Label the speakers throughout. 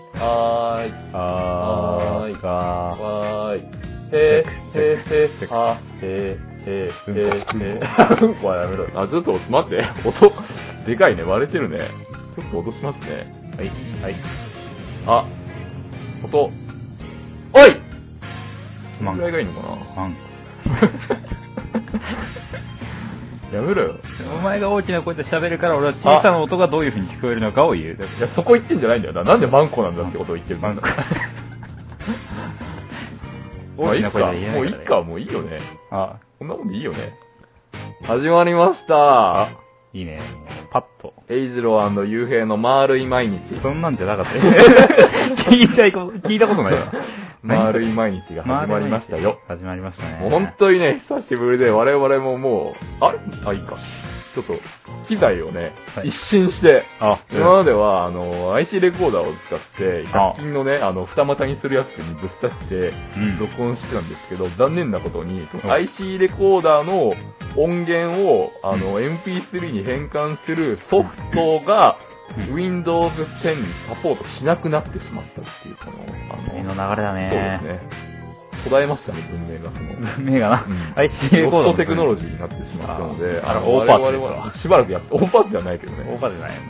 Speaker 1: い。
Speaker 2: あーか
Speaker 1: わーい。へー、へー、へー、はー、へー、へー、へー、へー。うんこはやめろ。
Speaker 2: あ、ちょっと待って。音、でかいね。割れてるね。ちょっと音しますね。
Speaker 1: はい、はい。
Speaker 2: あ、音。おい
Speaker 3: マン
Speaker 2: これがいいのか
Speaker 3: マン
Speaker 2: なやめろよ。
Speaker 3: お前が大きな声で喋るから俺は小さな音がどういう風に聞こえるのかを言う。
Speaker 2: いや、そこ言ってんじゃないんだよな。なんでマンコなんだってことを言ってるんだ。
Speaker 3: マンコ
Speaker 2: まあ
Speaker 3: 大
Speaker 2: い
Speaker 3: き
Speaker 2: い
Speaker 3: な
Speaker 2: か。
Speaker 3: 声で言え
Speaker 2: もうい
Speaker 3: ないい
Speaker 2: か、
Speaker 3: からね。
Speaker 2: もういいよね。
Speaker 3: あ、
Speaker 2: こんなもんでいいよね。始まりました。
Speaker 3: いいね。パッと。
Speaker 2: エイジローユウヘイの丸い毎日。
Speaker 3: そんなんじゃなかったよ聞い たこと、聞いたことないわ。
Speaker 2: 丸い毎日が始まりましたよ。。
Speaker 3: 始まりました ね。
Speaker 2: もう本当にね、久しぶりで我々ももう、あれあ、いいか。ちょっと、機材をね、
Speaker 3: はい
Speaker 2: 一新して、
Speaker 3: あ、
Speaker 2: 今までは、あの、IC レコーダーを使って、
Speaker 3: あ
Speaker 2: 100均のね、あの、二股にするやつにぶっ刺して、
Speaker 3: うん
Speaker 2: 録音してたんですけど、残念なことに、
Speaker 3: ん
Speaker 2: IC レコーダーの音源を、あの、MP3 に変換するソフトが、
Speaker 3: うん
Speaker 2: Windows 10にサポートしなくなってしまったっていう、この、あの、
Speaker 3: の流れだ
Speaker 2: そうです
Speaker 3: ね。
Speaker 2: ね。途絶えましたね、文明が。その
Speaker 3: 文明がな
Speaker 2: うん
Speaker 3: IC
Speaker 2: ロ
Speaker 3: レコーダー
Speaker 2: フ
Speaker 3: の
Speaker 2: トテクノロジーになってしまったので、
Speaker 3: あー
Speaker 2: の
Speaker 3: オーパーツですか
Speaker 2: 我々はしばらくやって、オーパーツではないけど
Speaker 3: 大
Speaker 2: ね、
Speaker 3: 風じゃない。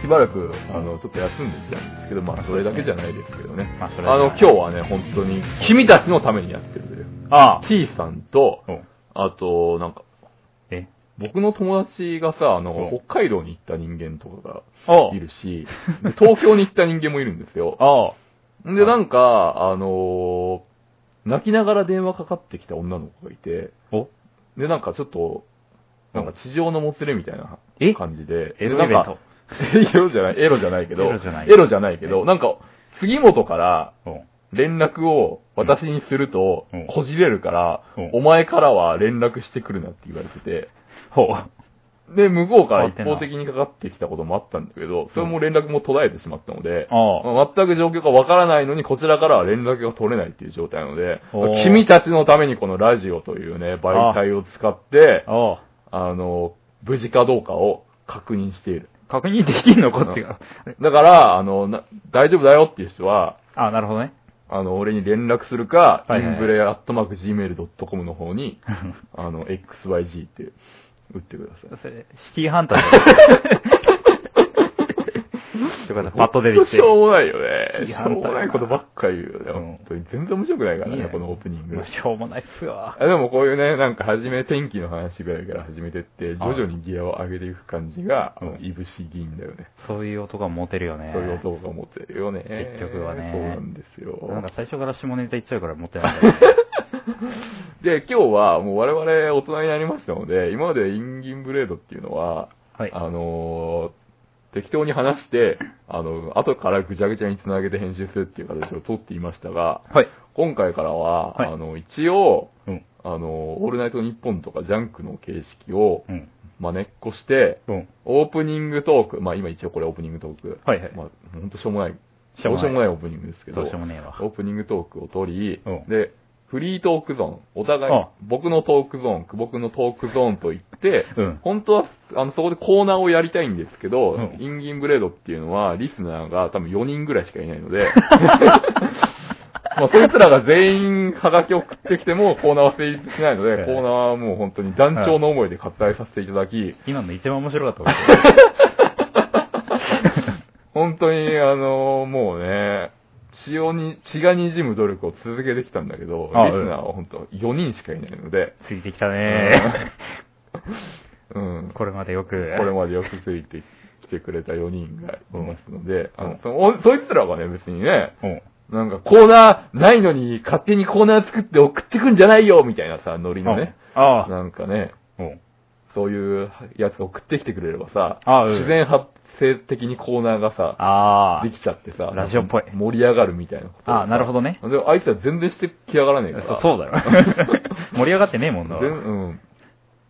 Speaker 2: しばらく、あの、ちょっと休んできたんですけど、まあ、それだけじゃないですけどね。
Speaker 3: まあそれ
Speaker 2: あの、今日はね、本当に、君たちのためにやってるという。
Speaker 3: あ
Speaker 2: T さんと、
Speaker 3: お
Speaker 2: あと、なんか、
Speaker 3: え
Speaker 2: 僕の友達がさ、あの
Speaker 3: お、
Speaker 2: 北海道に行った人間とか
Speaker 3: お
Speaker 2: がいるし、で東京に行った人間もいるんですよ。
Speaker 3: あ
Speaker 2: で、なんか、あのー泣きながら電話かかってきた女の子がいて、
Speaker 3: お
Speaker 2: で、なんかちょっと、なんか地上のもつれみたいな
Speaker 3: え
Speaker 2: 感じで、
Speaker 3: エ
Speaker 2: で
Speaker 3: ロイベ
Speaker 2: な
Speaker 3: ン
Speaker 2: んか エ
Speaker 3: ト。
Speaker 2: ロじゃない、エロじゃないけど、
Speaker 3: エロじゃない
Speaker 2: エロじゃないけど、なんか、杉本から
Speaker 3: お
Speaker 2: 連絡を私にすると
Speaker 3: うん、
Speaker 2: こじれるから
Speaker 3: うん、
Speaker 2: お前からは連絡してくるなって言われてて、
Speaker 3: ほう。
Speaker 2: で、向こうから一
Speaker 3: 変
Speaker 2: 方
Speaker 3: わってん
Speaker 2: 的にかかってきたこともあったんだけど、それも連絡も途絶えてしまったので、
Speaker 3: ああ。
Speaker 2: まあ全く状況がわからないのに、こちらからは連絡が取れないっていう状態なので
Speaker 3: お、ー
Speaker 2: 君たちのためにこのラジオというね、媒体を使って、あ
Speaker 3: ああ。
Speaker 2: の、無事かどうかを確認している。
Speaker 3: 確認できんのこっちが。
Speaker 2: だから、あの、な大丈夫だよっていう人は、
Speaker 3: あ、なるほ どね。
Speaker 2: あの、俺に連絡するか、
Speaker 3: はいはい
Speaker 2: インブレアットマーク Gmail.com の方 に、あの、XYG って打ってください。
Speaker 3: それ、シティハンターだよかった、パッと出てきて。
Speaker 2: ほんとしょうもないよね。
Speaker 3: い
Speaker 2: し
Speaker 3: や
Speaker 2: ょうもないことばっかり言うよね。
Speaker 3: うん
Speaker 2: 本当に全然面白くないから
Speaker 3: いい
Speaker 2: ね
Speaker 3: ね、
Speaker 2: このオープニング。
Speaker 3: まあしょうもないっすわ。
Speaker 2: あでもこういうね、なんか初め、天気の話ぐらいから始めてって、徐々にギアを上げていく感じが、あ
Speaker 3: うん
Speaker 2: のいぶし銀だよね。
Speaker 3: そういう音がモテるよね。
Speaker 2: そういう男が持ってるよね。
Speaker 3: 結局はね
Speaker 2: そうなんですよ。
Speaker 3: なんか最初から下ネタ言っちゃうからモテないんだよね。
Speaker 2: で、今日はもう我々大人になりましたので、今までインギンブレードっていうのは、
Speaker 3: はい。
Speaker 2: あのー適当に話して、あの、後からぐちゃぐちゃにつなげて編集するっていう形をとっていましたが、
Speaker 3: はい。
Speaker 2: 今回からは、
Speaker 3: はい
Speaker 2: あの、一応、
Speaker 3: うん。
Speaker 2: あの、オールナイトニッポンとかジャンクの形式を
Speaker 3: うん。
Speaker 2: 真似っこして、
Speaker 3: うん。
Speaker 2: オープニングトーク、まあ今一応これオープニングトーク、
Speaker 3: はいはい
Speaker 2: まあ本当しょうもない、
Speaker 3: しょうもな
Speaker 2: どう
Speaker 3: い
Speaker 2: しようもないオープニングですけど、
Speaker 3: どうしようもねえわ
Speaker 2: オ。ープニングトークを取り、
Speaker 3: うん
Speaker 2: で、フリートークゾーン、お互い
Speaker 3: ああ、
Speaker 2: 僕のトークゾーン、僕のトークゾーンと言って、
Speaker 3: うん
Speaker 2: 本当はあのそこでコーナーをやりたいんですけど、
Speaker 3: うん
Speaker 2: インギンブレードっていうのはリスナーが多分4人ぐらいしかいないので、 まあ、そいつらが全員ハガキ送ってきてもコーナーは成立しないの
Speaker 3: は
Speaker 2: で、
Speaker 3: い
Speaker 2: コーナーはもう本当に団長の思いで割愛させていただき、
Speaker 3: 今の一番面白かったわ
Speaker 2: 本当に、あのもうね、血をに、血が滲む努力を続けてきたんだけど、
Speaker 3: あ
Speaker 2: リスナーは本当4人しかいないので、
Speaker 3: ついてきたね
Speaker 2: うん。
Speaker 3: これまでよく。
Speaker 2: これまでよくついてきてくれた4人がいますので、あのそのおそいつらはね、別にね、
Speaker 3: うん。
Speaker 2: なんかコーナーないのに勝手にコーナー作って送ってくんじゃないよみたいなさ、ノリのね、
Speaker 3: ああ。
Speaker 2: なんかね、
Speaker 3: うん。
Speaker 2: そういうやつ送ってきてくれればさ
Speaker 3: あ、うん
Speaker 2: 自然発生的にコーナーがさ、
Speaker 3: ああ
Speaker 2: で。きちゃってさ、
Speaker 3: ラジオっぽい
Speaker 2: 盛り上がるみたいなこと。
Speaker 3: あなるほどね。
Speaker 2: でも、あいつは全然してきやがらねえから。
Speaker 3: そうだよ。 盛り上がってねえもんだ わ。
Speaker 2: 全うん。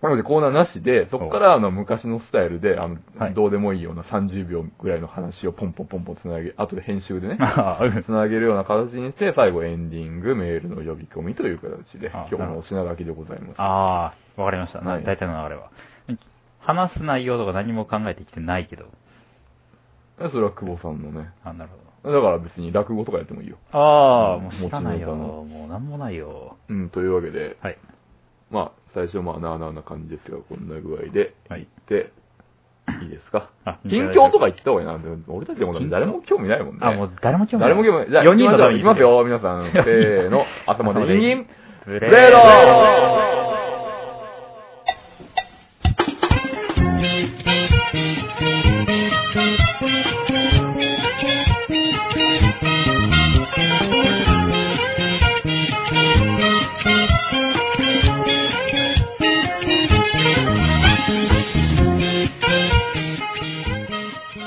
Speaker 2: なので、コーナーなしで、そこからあの昔のスタイルで、あの、
Speaker 3: はい
Speaker 2: どうでもいいような30秒ぐらいの話をポンポンポンポンつなげ、後で編集でね、
Speaker 3: ああ、うん
Speaker 2: つなげるような形にして、最後エンディング、メールの呼び込みという形で
Speaker 3: あ、
Speaker 2: 今日のお品書きでございます。
Speaker 3: ああ、わかりました。な
Speaker 2: はい
Speaker 3: 大体の流れは。話す内容とか何も考えてきてないけど。
Speaker 2: それは久保さんのね、
Speaker 3: あ、なるほど。
Speaker 2: だから別に落語とかやってもいいよ。
Speaker 3: ああ、もう知らないよ。
Speaker 2: 持
Speaker 3: もうなんもないよ。
Speaker 2: うん、というわけで、
Speaker 3: はい。
Speaker 2: まあ、最初まあ、なあなあな感じですが、こんな具合で、
Speaker 3: はい。
Speaker 2: で、いいですか
Speaker 3: あ
Speaker 2: 近況とか言った方がいいな。でも俺たちでも
Speaker 3: 近況
Speaker 2: 誰も興味ないもんね。
Speaker 3: あ、もう誰も興味な
Speaker 2: 誰
Speaker 3: い。
Speaker 2: も興味ない。じゃあ、
Speaker 3: 4人のために
Speaker 2: いきますよ、皆さん。 せーの、頭で人間、
Speaker 3: ブ
Speaker 2: ブ
Speaker 3: レー
Speaker 2: レ
Speaker 3: ド
Speaker 2: ード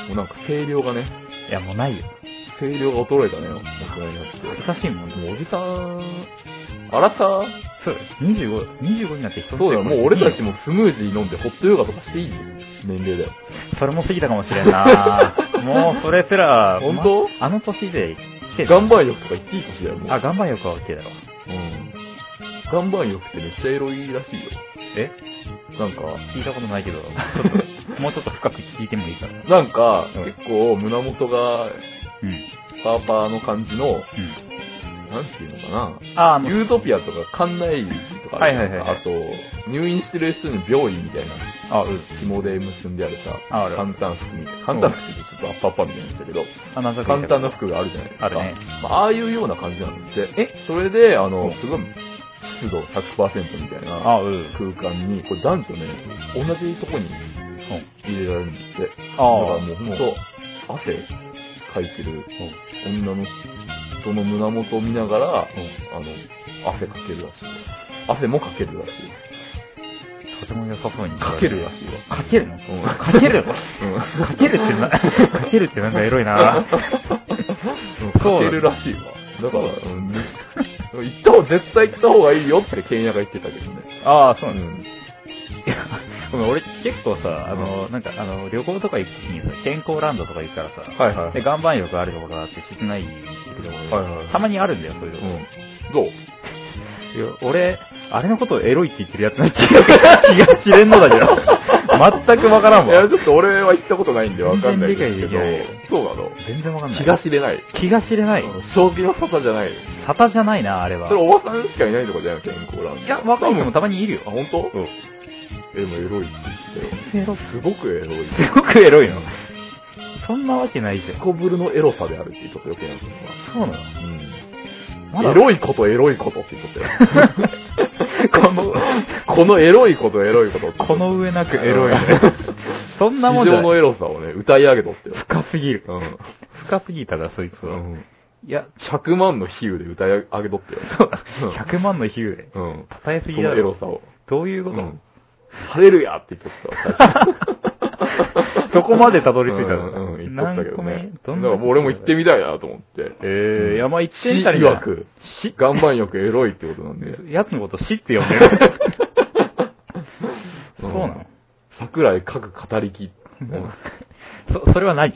Speaker 2: もうなんか声量がね、
Speaker 3: いや、もうないよ。
Speaker 2: 声量が衰えたね、大人になってきて。
Speaker 3: 恥ずかしいもん。
Speaker 2: もうおじさん、あらさ、
Speaker 3: そう25、25になって
Speaker 2: そ
Speaker 3: 人
Speaker 2: うだよ、もう俺たち
Speaker 3: も。
Speaker 2: もスムージー飲んでホットヨガとかしていい年齢だよ。
Speaker 3: それも過ぎたかもしれ んなもうそれすら、
Speaker 2: 本当
Speaker 3: まあの年で来てる
Speaker 2: 岩盤浴とか行っていい年だよ、もう。
Speaker 3: あ、岩盤浴は OK だろ。
Speaker 2: うん。岩盤浴ってめっちゃエロいらしいよ。
Speaker 3: え
Speaker 2: なんか、
Speaker 3: 聞いたことないけど、ちょっと、もうち ょっと深く聞いてもいいから。
Speaker 2: なんか、
Speaker 3: うん
Speaker 2: 結構胸元が
Speaker 3: うん。う
Speaker 2: パーパーの感じの、
Speaker 3: ん。
Speaker 2: なんていうのかな。
Speaker 3: あ、あの、
Speaker 2: ユートピアとか館内とかあるじゃん
Speaker 3: はいはいは
Speaker 2: あ
Speaker 3: い
Speaker 2: と、入院してる人に病院みたいな、
Speaker 3: あ、うん。
Speaker 2: 紐で結んであるさ、
Speaker 3: あある
Speaker 2: 簡単服みたいな、簡単服ってちょっとアッパアッパみたいなんだけど、
Speaker 3: あ、なん
Speaker 2: 簡単な服があるじゃないですか。
Speaker 3: あるね
Speaker 2: まあ、ああいうような感じなんで
Speaker 3: え
Speaker 2: それで、あ
Speaker 3: うん
Speaker 2: の、すごい、湿度100%みたいな
Speaker 3: あ、うん。
Speaker 2: 空間に、これ男女ね、同じとこに入れられるんですって。だ
Speaker 3: あ
Speaker 2: から
Speaker 3: あ、
Speaker 2: もうほんと、汗かいてる女の人の胸元を見ながら、あの、汗かけるらしい。汗もかけるらしい。
Speaker 3: とても良さそうに。
Speaker 2: かけるらしいわ。
Speaker 3: かけるの
Speaker 2: うん
Speaker 3: かける
Speaker 2: うん
Speaker 3: かけるって な、かけるってなんかエロい な
Speaker 2: うんかけるらしいわ。だから、うん、 行った方、絶対行った方がいいよってケンヤが言ってたけどね。
Speaker 3: ああ、そう
Speaker 2: う
Speaker 3: なんだ
Speaker 2: ん。
Speaker 3: いやごめん、俺結構さ、あの、なんかあの、旅行とか行くときにさ、健康ランドとか行くからさ、
Speaker 2: はいはい。
Speaker 3: で、岩盤浴あるところがあって、室内行くところ
Speaker 2: はいはいはい
Speaker 3: たまにあるんだよ、そういうとこ
Speaker 2: うん。どう
Speaker 3: いや俺、あれのことをエロいって言ってるやつな気が気が知れんのだけど。全くわからん
Speaker 2: いや、
Speaker 3: わ
Speaker 2: ち。ょっと俺は行ったことないんでわかんないですけど
Speaker 3: 全然理解で、
Speaker 2: そうなの
Speaker 3: 全然わかんない。
Speaker 2: 気が知れない。
Speaker 3: 気が知れない。
Speaker 2: 将棋の方じゃない。
Speaker 3: 沙汰じゃないな、あれは
Speaker 2: それ。おばさんしかいないとこじゃない健康ランド。
Speaker 3: いや、若い人も
Speaker 2: ま
Speaker 3: たまにいるよ。
Speaker 2: あ、本当？
Speaker 3: うん。
Speaker 2: え、でもエロいって言って
Speaker 3: エロ
Speaker 2: たよ。すごくエロい。
Speaker 3: すごくエロいの。そんなわけないじゃん。
Speaker 2: すこぶるのエロさであるっていうとこ余計なんですよ
Speaker 3: そうなのま
Speaker 2: うん。
Speaker 3: だ
Speaker 2: エロいことエロいことって言っと ったよ。この、このエロいことエロいことって言っと
Speaker 3: こ
Speaker 2: った
Speaker 3: の上なくエロいの。 そんなもん
Speaker 2: 市
Speaker 3: じゃ
Speaker 2: 場の
Speaker 3: ない
Speaker 2: エロさをね、歌い上げとってよ。
Speaker 3: 深すぎる。
Speaker 2: うん。
Speaker 3: 深すぎたな、そいつは。いや、
Speaker 2: 100万の比喩で歌い上げとってよ。うん
Speaker 3: 100万の比喩で。
Speaker 2: うん。
Speaker 3: 讃えす
Speaker 2: そ
Speaker 3: ぎだ
Speaker 2: のエロ
Speaker 3: ろ。
Speaker 2: さを。
Speaker 3: どういうこと、
Speaker 2: うん。晴れるやって言っとったわ。
Speaker 3: そこまでたどり着いた
Speaker 2: う
Speaker 3: の
Speaker 2: ん、うん、言っとったけどね。
Speaker 3: 何
Speaker 2: だ
Speaker 3: 個目
Speaker 2: か
Speaker 3: どんな
Speaker 2: らもう俺も行ってみたいなと思って。
Speaker 3: えー、いや、まあ、一
Speaker 2: 死
Speaker 3: 点したり
Speaker 2: 曰く、
Speaker 3: し、
Speaker 2: 岩盤浴エロいってことなんで。
Speaker 3: やつのこと死って呼んで る。そうなの
Speaker 2: 桜井各語りき。うん
Speaker 3: そ、それは何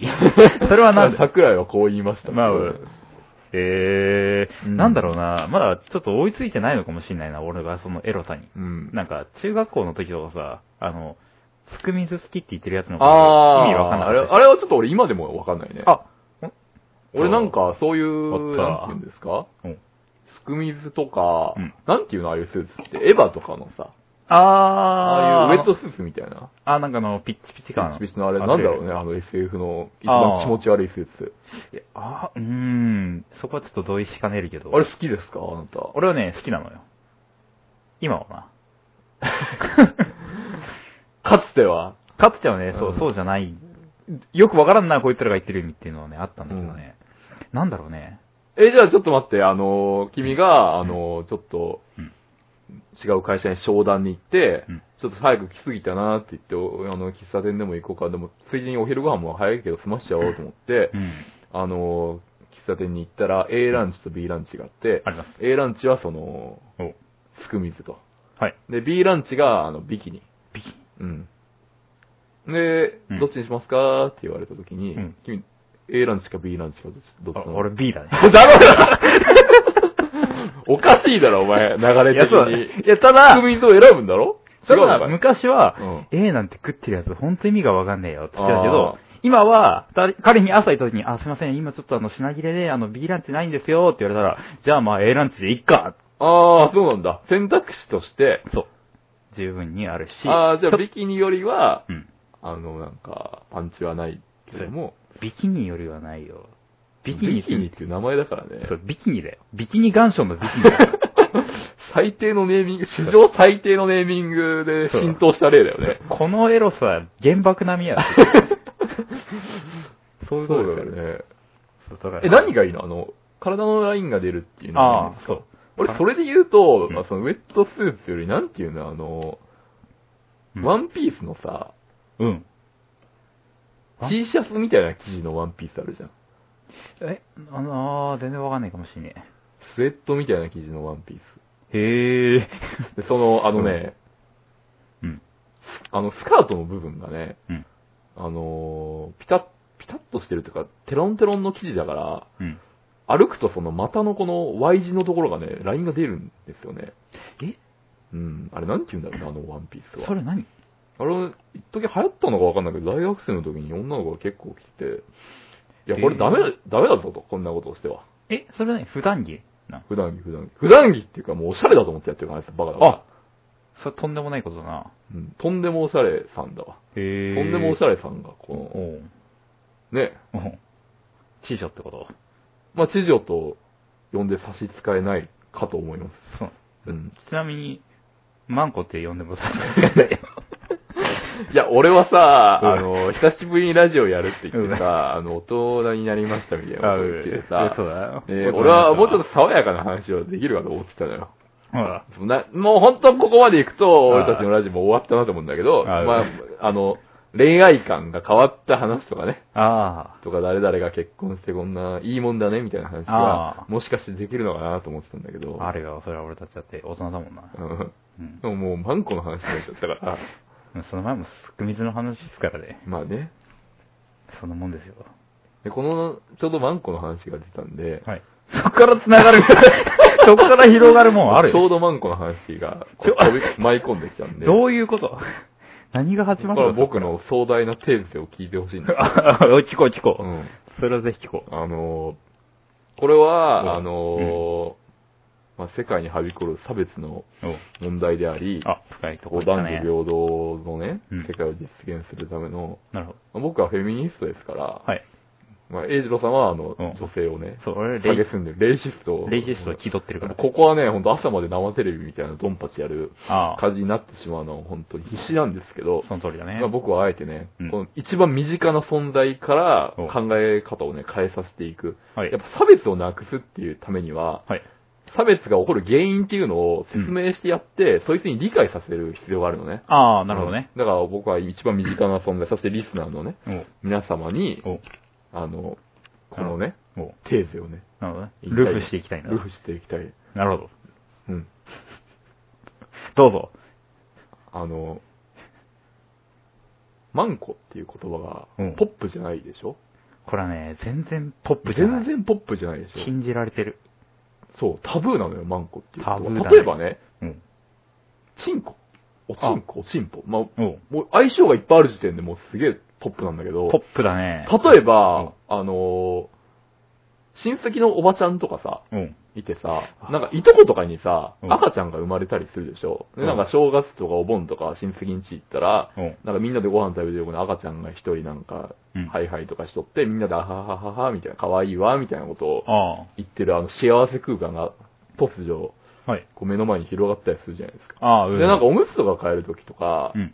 Speaker 3: それは何だ
Speaker 2: 桜井はこう言いました。
Speaker 3: まあえー、
Speaker 2: うん
Speaker 3: なんだろうな、まだちょっと追いついてないのかもしれないな、俺がそのエロさに。
Speaker 2: うん。
Speaker 3: なんか、中学校の時とかさ、あの、すくみず好きって言ってるやつのこと
Speaker 2: ああ、
Speaker 3: 意味わかんな
Speaker 2: あ
Speaker 3: い
Speaker 2: れ、あれはちょっと俺今でもわかんないね。
Speaker 3: あ、
Speaker 2: 俺なんかそういう、
Speaker 3: あ
Speaker 2: な
Speaker 3: った
Speaker 2: んて言うんですか
Speaker 3: うん
Speaker 2: スクミズとか、
Speaker 3: うん
Speaker 2: なんていうのああいうスーツって、エヴァとかのさ、
Speaker 3: あ
Speaker 2: あ
Speaker 3: あ
Speaker 2: あいうウェットスーツみたいな。
Speaker 3: あ、なんかあの、ピッチピチ感。
Speaker 2: ピチピチのあれ、
Speaker 3: あ
Speaker 2: な
Speaker 3: る
Speaker 2: ん
Speaker 3: よ
Speaker 2: だろうね、あの SF の一
Speaker 3: あー
Speaker 2: 番気持ち悪いスーツ。
Speaker 3: いやあーうーん、そこはちょっと同意しかねるけど。
Speaker 2: あれ好きですかあなた。
Speaker 3: 俺はね、好きなのよ。今は な。
Speaker 2: かつては、
Speaker 3: かつてはね、そう、
Speaker 2: うん
Speaker 3: そうじゃない。よくわからんな、こいつらが言ってる意味っていうのはね、あったんだけどね。なんだろうね。
Speaker 2: え、じゃあちょっと待って、あのー、君が、あのー、ちょっと
Speaker 3: うん、
Speaker 2: 違う会社に商談に行って
Speaker 3: うん、
Speaker 2: ちょっと早く来すぎたなって言って、おあの、喫茶店でも行こうか、でも、ついでにお昼ご飯も早いけど済ましちゃおうと思って
Speaker 3: う、ん。
Speaker 2: あのー、喫茶店に行ったら、A ランチと B ランチがあって
Speaker 3: あ、ります。
Speaker 2: A ランチはその、
Speaker 3: お
Speaker 2: すくみずと。
Speaker 3: はい。
Speaker 2: で、B ランチが、あの、ビキニ。
Speaker 3: ビキ
Speaker 2: うん。で
Speaker 3: うん、
Speaker 2: どっちにしますかって言われたときに、
Speaker 3: うん
Speaker 2: 君、A ランチか B ランチかどっち、どっち
Speaker 3: あ
Speaker 2: なの
Speaker 3: 俺 B だね。
Speaker 2: だろよおかしいだろ、お前、流れ的に。
Speaker 3: いや、た
Speaker 2: ス
Speaker 3: だ
Speaker 2: ク、ミズを選ぶんだろ
Speaker 3: ただ
Speaker 2: 違うのかい
Speaker 3: 昔は
Speaker 2: う、
Speaker 3: A なんて食ってるやつ、ほんと意味がわかんねえよって言ってたけど、今は、た彼に朝行った時に、あ、すいません、今ちょっとあの、品切れで、あの、B ランチないんですよ、って言われたら、じゃあまあ A ランチでいっか、
Speaker 2: ああ、そうなんだ。選択肢として、
Speaker 3: そう。十分にあるし。
Speaker 2: ああ、じゃあ
Speaker 3: ちょ
Speaker 2: ビキニよりは
Speaker 3: う、ん。
Speaker 2: あの、なんか、パンチはないけども、
Speaker 3: ビキニよりはないよ。ビキニ
Speaker 2: ビキニっていう名前だからね
Speaker 3: そ。う、ビキニだよ。ビキニ岩礁のビキニだよ。
Speaker 2: 最低のネーミング、史上最低のネーミングで浸透した例だよね。
Speaker 3: このエロさは原爆並みや。そういう
Speaker 2: そ
Speaker 3: こ
Speaker 2: う
Speaker 3: と
Speaker 2: だ
Speaker 3: よね。
Speaker 2: よね。
Speaker 3: そうだから
Speaker 2: え、何がいいのあの、体のラインが出るっていうのがいい
Speaker 3: あ
Speaker 2: んで
Speaker 3: あ、
Speaker 2: すか
Speaker 3: そう。
Speaker 2: 俺、それで言うと、
Speaker 3: うん
Speaker 2: まあ、そのウェットスーツより、なんていうの、あの、
Speaker 3: うん
Speaker 2: ワンピースのさ、
Speaker 3: うん。あ
Speaker 2: T シャツみたいな生地のワンピースあるじゃん。
Speaker 3: え、あのあー全然わかんないかもしれね
Speaker 2: スウェットみたいな生地のワンピー
Speaker 3: え。へえ。
Speaker 2: ス。 で、その、あのね、
Speaker 3: うん。
Speaker 2: あの、スカートの部分がね、
Speaker 3: うん。
Speaker 2: あのーピタッ、ピタッとしてるというか、テロンテロンの生地だから、
Speaker 3: うん。
Speaker 2: 歩くとその股のこの Y 字のところがね、ラインが出るんですよね。
Speaker 3: え、
Speaker 2: うん。あれ、なんて言うんだろうね、あのワンピースは。
Speaker 3: それ何
Speaker 2: あれ、一時流行ったのかわかんないけど、大学生の時に女の子が結構来てて、いや、これダメだ、ダメだぞと、こんなことをしては。
Speaker 3: え、それ何普段着な。
Speaker 2: 普段着、普段着。普段着っていうか、もうおしゃれだと思ってやってるから、あいつバカだから。
Speaker 3: それとんでもないことだな。
Speaker 2: うん、とんでもおしゃれさんだわ。
Speaker 3: へ
Speaker 2: とんでもおしゃれさんが、
Speaker 3: お
Speaker 2: こ
Speaker 3: う
Speaker 2: の、ね、
Speaker 3: おう。地上ってこと
Speaker 2: まあ、知女と呼んで差し支えないかと思います。
Speaker 3: そう。
Speaker 2: うん。
Speaker 3: ちなみに、マンコって呼んでもさ、う
Speaker 2: いや、俺はさ、
Speaker 3: うん
Speaker 2: あの、久しぶりにラジオやるって言ってさ、あの、大人になりましたみたいなこと言って
Speaker 3: あうん
Speaker 2: さ
Speaker 3: えそうだよ、
Speaker 2: え ー俺はもうちょっと爽やかな話をできるかと思ってたのよ。
Speaker 3: ほら。
Speaker 2: なもう本当ここまで行くと、
Speaker 3: ああ
Speaker 2: 俺たちのラジオも終わったなと思うんだけど、
Speaker 3: ああ
Speaker 2: まあ、あの、恋愛観が変わった話とかね、
Speaker 3: あ
Speaker 2: とか誰々が結婚してこんないいもんだねみたいな話
Speaker 3: あ
Speaker 2: は、もしかしてできるのかなと思ってたんだけど、
Speaker 3: あ。あれよ、それは俺たちだって大人だもんな。
Speaker 2: うん
Speaker 3: うん
Speaker 2: で。ももうマンコの話になっちゃった から、
Speaker 3: その前もすく水の話ですからね。
Speaker 2: まあね。
Speaker 3: そんなもんですよ。
Speaker 2: で、この、ちょうどマンコの話が出たんで、
Speaker 3: はい。そこから繋がる。 そこから広がるもんある
Speaker 2: ちょう
Speaker 3: よ。
Speaker 2: どマンコの話が、こ
Speaker 3: ちょ
Speaker 2: う飛び舞い込んできたんで、
Speaker 3: どういうこと何が始
Speaker 2: こ
Speaker 3: ま
Speaker 2: こ
Speaker 3: っ
Speaker 2: から
Speaker 3: たの
Speaker 2: 僕の壮大なテーゼを聞いてほしいんだけど
Speaker 3: あ聞こう聞こう。
Speaker 2: うん
Speaker 3: それはぜひ聞こう。
Speaker 2: あのーこれは、
Speaker 3: うん
Speaker 2: あのーまあ、世界にはびこる差別の
Speaker 3: お
Speaker 2: 問題であり、
Speaker 3: あ、深いと
Speaker 2: こ
Speaker 3: こ
Speaker 2: う
Speaker 3: 来た
Speaker 2: 男
Speaker 3: ね。
Speaker 2: 女平等のね、
Speaker 3: うん
Speaker 2: 世界を実現するための、
Speaker 3: なるほど。
Speaker 2: まあ僕はフェミニストですから、
Speaker 3: はい。
Speaker 2: まあ、英二郎さんはあの、
Speaker 3: うん
Speaker 2: 女性をね、
Speaker 3: そう、俺、レ
Speaker 2: 下
Speaker 3: イ
Speaker 2: げすんでるレイシストを。
Speaker 3: レイシストを気取ってるから。
Speaker 2: ここはね、本当朝まで生テレビみたいなドンパチやる
Speaker 3: ああ、
Speaker 2: 感じになってしまうのは本当に必死なんですけど、
Speaker 3: その通りだね
Speaker 2: まあ、。僕はあえてね、
Speaker 3: うん
Speaker 2: この一番身近な存在から
Speaker 3: お
Speaker 2: 考え方をね、変えさせていく。
Speaker 3: はい
Speaker 2: やっぱ差別をなくすっていうためには、
Speaker 3: はい。
Speaker 2: 差別が起こる原因っていうのを説明してやって、そいつに理解させる必要があるのね。
Speaker 3: ああ、なるほどね。
Speaker 2: うん。だから僕は一番身近な存在、そしてリスナーのね、皆様に、
Speaker 3: お、
Speaker 2: あの、このね、
Speaker 3: お、お、
Speaker 2: テーゼをね、
Speaker 3: なるほどね。
Speaker 2: 言い
Speaker 3: ル
Speaker 2: た
Speaker 3: ープしていきたいんだ
Speaker 2: ル。ープしていきたい。
Speaker 3: なるほど。
Speaker 2: うん。
Speaker 3: どうぞ。
Speaker 2: あの、マンコっていう言葉
Speaker 3: う
Speaker 2: が
Speaker 3: ん、
Speaker 2: ポップじゃないでしょ、
Speaker 3: これはね、全然ポップじゃな
Speaker 2: 全
Speaker 3: い。
Speaker 2: 然ポップじゃないでしょ
Speaker 3: 信じられてる。
Speaker 2: そう、タブーなのよ、マンコっていうことは
Speaker 3: タブーだね
Speaker 2: 例えばね、
Speaker 3: うん。
Speaker 2: チンコ。おちんこ、おちんぽ。まあ、
Speaker 3: お
Speaker 2: もう相性がいっぱいある時点でもうすげえポップなんだけど、
Speaker 3: ポップだね。
Speaker 2: 例えば、あのー親戚のおばちゃんとかさ、
Speaker 3: うん。
Speaker 2: いてさ、なんかいとことかにさ、
Speaker 3: うん
Speaker 2: 赤ちゃんが生まれたりするでしょ。
Speaker 3: う
Speaker 2: で、
Speaker 3: ん
Speaker 2: なんか正月とかお盆とか親戚ん家行ったら、
Speaker 3: うん。
Speaker 2: なんかみんなでご飯食べてる子の赤ちゃんが一人なんか、
Speaker 3: うん
Speaker 2: ハイハイとかしとって、みんなであははははみたいな、可愛いわ、みたいなことを
Speaker 3: あ
Speaker 2: 言ってるあの幸せ空間が突如、
Speaker 3: あ。はい。
Speaker 2: こう目の前に広がったりするじゃないですか。
Speaker 3: ああ、うん。
Speaker 2: で、なんかおむつとか変えるときとか
Speaker 3: う、ん。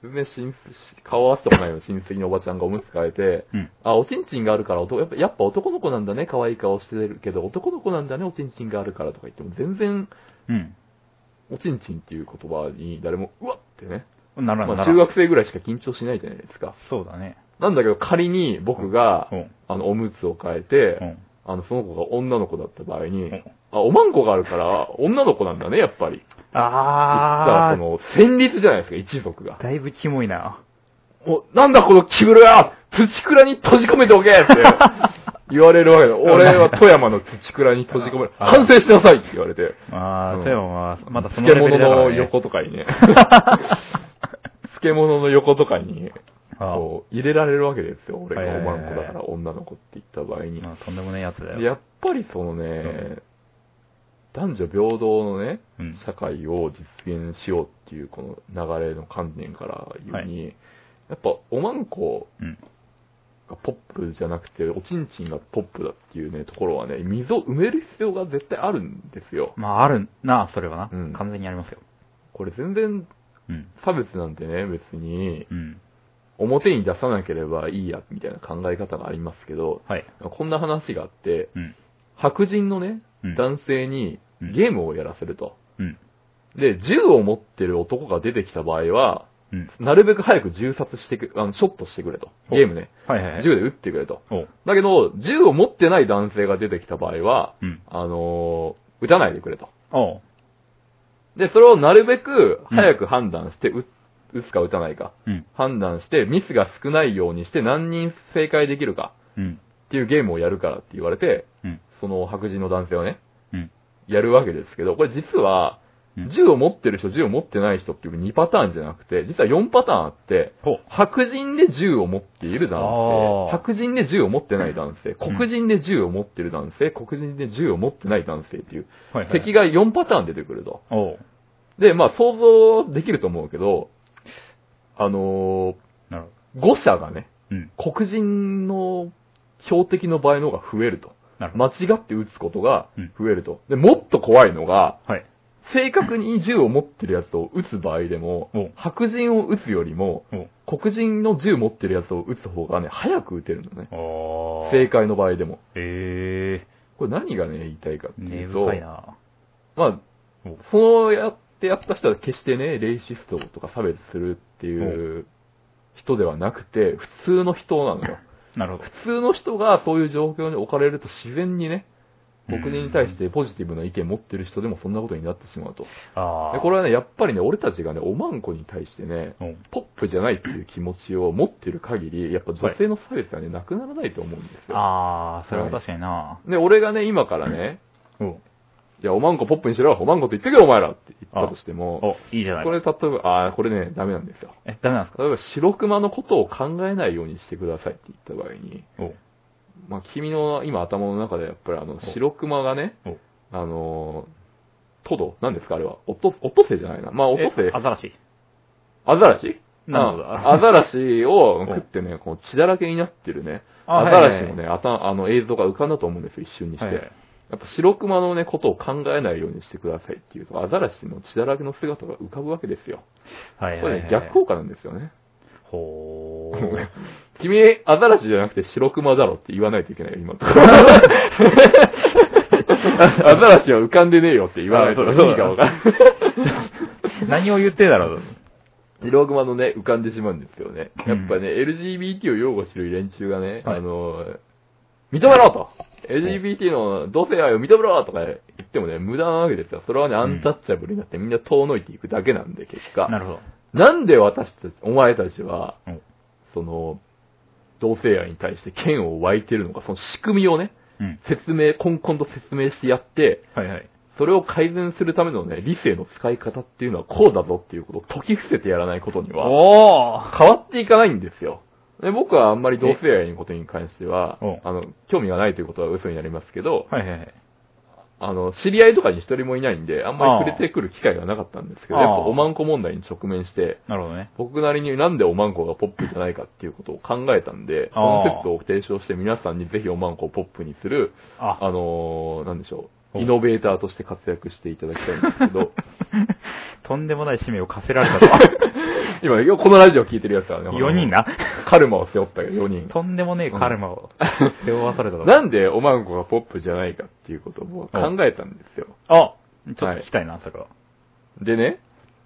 Speaker 2: 全然親顔合わせとかないの親戚のおばちゃんがおむつ変えて、
Speaker 3: うん。
Speaker 2: あ、おちんちんがあるから男、やっぱやっぱ男の子なんだね、可愛い顔してるけど、男の子なんだね、おちんちんがあるからとか言っても、全然、
Speaker 3: う
Speaker 2: おちんちんっていう言葉に誰も、うわっってね、
Speaker 3: ん。ならん
Speaker 2: ま
Speaker 3: な
Speaker 2: あ、
Speaker 3: らん
Speaker 2: 中学生ぐらいしか緊張しないじゃないですか。
Speaker 3: そうだね。
Speaker 2: なんだけど仮に僕が
Speaker 3: う、ん。
Speaker 2: あの、おむつを変え
Speaker 3: う
Speaker 2: て、
Speaker 3: ん。
Speaker 2: あの、その子が女の子だった場合に
Speaker 3: うん、
Speaker 2: あ、おまんこがあるから、女の子なんだね、やっぱり。
Speaker 3: あ
Speaker 2: 言ったらその、戦慄じゃないですか、一族が
Speaker 3: あ、。だいぶキモいな。
Speaker 2: もう、なんだこの木村や土倉に閉じ込めておけって 言われるわけだ。俺は富山の土倉に閉じ込める。
Speaker 3: あ
Speaker 2: 反省しなさいって言われて。
Speaker 3: ああ、
Speaker 2: うん
Speaker 3: そうよ、まあ、まだそのレ
Speaker 2: 漬
Speaker 3: ベ
Speaker 2: 物
Speaker 3: ル だから、
Speaker 2: の
Speaker 3: ね。
Speaker 2: 横とかにね。漬物の横とかに、
Speaker 3: ああ
Speaker 2: こう入れられるわけですよ。俺
Speaker 3: はい
Speaker 2: が
Speaker 3: はいはいはい
Speaker 2: 女の子だから女の子って言った場合に。
Speaker 3: まあ、とんでもないやつだ
Speaker 2: で
Speaker 3: よ。
Speaker 2: やっぱりそのね、
Speaker 3: ん
Speaker 2: 男女平等のね、
Speaker 3: うん。
Speaker 2: 社会を実現しようっていうこの流れの観点から言うに、やっぱおまんこ
Speaker 3: うん。
Speaker 2: がポップじゃなくて、おちんちんがポップだっていうね、ところはね、溝を埋める必要が絶対あるんですよ。
Speaker 3: まあ、あるな、それはな。
Speaker 2: うん
Speaker 3: 完全にありますよ。
Speaker 2: これ全然
Speaker 3: うん。
Speaker 2: 差別なんてね、別に
Speaker 3: うん。
Speaker 2: 表に出さなければいいや、みたいな考え方がありますけど、
Speaker 3: はい。
Speaker 2: こんな話があって、
Speaker 3: うん。
Speaker 2: 白人のね
Speaker 3: うん、
Speaker 2: 男性に
Speaker 3: うん
Speaker 2: ゲームをやらせると。
Speaker 3: うん。
Speaker 2: で、銃を持ってる男が出てきた場合は、
Speaker 3: うん。
Speaker 2: なるべく早く銃殺してく、あの、ショットしてくれと。
Speaker 3: お
Speaker 2: ゲームね。
Speaker 3: はいはいはい。
Speaker 2: 銃で撃ってくれと。
Speaker 3: おう。
Speaker 2: だけど、銃を持ってない男性が出てきた場合は、
Speaker 3: うん。
Speaker 2: あのー撃たないでくれと。
Speaker 3: おう。
Speaker 2: で、それをなるべく早く判断して、撃撃つか撃たないか。
Speaker 3: うん。
Speaker 2: 判断して、ミスが少ないようにして何人正解できるか
Speaker 3: うん。
Speaker 2: っていうゲームをやるからって言われて、
Speaker 3: うん。
Speaker 2: その白人の男性をね、
Speaker 3: うん。
Speaker 2: やるわけですけど、これ実は、
Speaker 3: うん
Speaker 2: 銃を持ってる人、銃を持ってない人っていう2パターンじゃなくて、実は4パターンあって、
Speaker 3: ほう。
Speaker 2: 白人で銃を持っている男性、
Speaker 3: あー
Speaker 2: 白人で銃を持ってない男性、黒人で銃を持ってる男性、黒人で銃を持ってない男性っていう、
Speaker 3: はいはい。
Speaker 2: 敵が4パターン出てくると。
Speaker 3: おう。
Speaker 2: で、まあ想像できると思うけど、あの
Speaker 3: なるほど。
Speaker 2: ー、5社がね、
Speaker 3: うん。
Speaker 2: 黒人の標的の場合の方が増えると。
Speaker 3: なるほど。
Speaker 2: 間違って撃つことが増えると。で、もっと怖いのが、
Speaker 3: はい。
Speaker 2: 正確に銃を持ってるやつを撃つ場合でも
Speaker 3: おう、
Speaker 2: 白人を撃つよりも、
Speaker 3: おう。
Speaker 2: 黒人の銃持ってるやつを撃つ方がね、早く撃てるのね。
Speaker 3: おー。
Speaker 2: 正解の場合でも。
Speaker 3: え
Speaker 2: これ何がね、言いたいかって
Speaker 3: ー。
Speaker 2: い
Speaker 3: 根
Speaker 2: うと
Speaker 3: 深い、な。
Speaker 2: まあ
Speaker 3: お、
Speaker 2: そうやってやった人は決してね、レイシストとか差別するっていう人ではなくて、普通の人なのよ。
Speaker 3: なるほど。
Speaker 2: 普通の人がそういう状況に置かれると自然にね、
Speaker 3: うん
Speaker 2: 僕に対してポジティブな意見持ってる人でもそんなことになってしまうと。
Speaker 3: あ
Speaker 2: で
Speaker 3: ー。
Speaker 2: これはね、やっぱりね、俺たちがね、おまんこに対してね、
Speaker 3: おう。
Speaker 2: ポップじゃないっていう気持ちを持ってる限り、やっぱ女性の差別はね、なくならないと思うんですよ。
Speaker 3: あー、それは確かにな。
Speaker 2: で、俺がね、今からね、
Speaker 3: おう。
Speaker 2: いや、おまんこポップにしろ、おまんこって言ってくれ、お前らって言ったとしても、
Speaker 3: お、いいじゃない
Speaker 2: こ。れ、例えば、あーこれね、ダメなんですよ。
Speaker 3: え、ダメなんですか
Speaker 2: 例えば、白熊のことを考えないようにしてくださいって言った場合に、
Speaker 3: おう。
Speaker 2: まあ、君の今頭の中でやっぱりあの、白熊がね
Speaker 3: お、
Speaker 2: あのー、トド何ですかあれは。おと、おとせじゃないな。まあ、おとせ
Speaker 3: え、アザラシ。
Speaker 2: アザラシ
Speaker 3: なるほど
Speaker 2: あアザラシを食ってね、この血だらけになってるね、アザラシのね、あたあの映像が浮かんだと思うんですよ、一瞬にして。
Speaker 3: はいはい
Speaker 2: やっぱ白熊のね、ことを考えないようにしてくださいっていうと、アザラシの血だらけの姿が浮かぶわけですよ。
Speaker 3: はいはい
Speaker 2: こ
Speaker 3: は
Speaker 2: れ
Speaker 3: い
Speaker 2: ね、逆効果なんですよね。
Speaker 3: ほー。
Speaker 2: 君、アザラシじゃなくて白熊だろって言わないといけないよ、今のとこ ろアザラシは浮かんでねえよって言わないと
Speaker 3: あ
Speaker 2: 意
Speaker 3: そう
Speaker 2: 味がわかんない。
Speaker 3: 何を言ってんだろう。
Speaker 2: 白熊のね、浮かんでしまうんですよね。
Speaker 3: う
Speaker 2: や
Speaker 3: ん
Speaker 2: っぱね、LGBT を擁護してる連中がね、
Speaker 3: はい
Speaker 2: あの、認めろと !LGBT の同性愛を認めろとか言ってもね、無駄なわけですよ。それはね、アンタッチャブルになってみんな遠のいていくだけなんで、結果。
Speaker 3: なるほど。
Speaker 2: なんで私たち、お前たちは、
Speaker 3: うん
Speaker 2: その、同性愛に対して剣を湧いてるのか、その仕組みをね、
Speaker 3: うん。
Speaker 2: 説明、根ンと説明してやって、
Speaker 3: はいはい。
Speaker 2: それを改善するためのね、理性の使い方っていうのはこうだぞっていうことを解き伏せてやらないことには、
Speaker 3: おー
Speaker 2: 変わっていかないんですよ。で僕はあんまり同性愛のことに関しては
Speaker 3: えおう、
Speaker 2: あの、興味がないということは嘘になりますけど、
Speaker 3: はいはいはい。
Speaker 2: あの、知り合いとかに一人もいないんで、あんまり触れてくる機会がなかったんですけど、
Speaker 3: あ
Speaker 2: や
Speaker 3: あ
Speaker 2: っぱおまんこ問題に直面して、
Speaker 3: なるほどね。
Speaker 2: 僕なりになんでおまんこがポップじゃないかっていうことを考えたんで、
Speaker 3: あ
Speaker 2: コ
Speaker 3: あ
Speaker 2: ンセプトを提唱して皆さんにぜひおまんこをポップにする、
Speaker 3: あ、
Speaker 2: あのーなんでしょう、
Speaker 3: お
Speaker 2: イノベーターとして活躍していただきたいんですけど、
Speaker 3: とんでもない使命を課せられたと。
Speaker 2: 今、よこのラジオ聞いてるやつは ね、
Speaker 3: 4人な。
Speaker 2: カルマを背負った4人。
Speaker 3: とんでもねえカルマ を背負わされたと。
Speaker 2: なんでおまんこがポップじゃないかっていうことを僕は考えたんですよ。
Speaker 3: あ、ちょっと聞きたいな、それは。
Speaker 2: でね、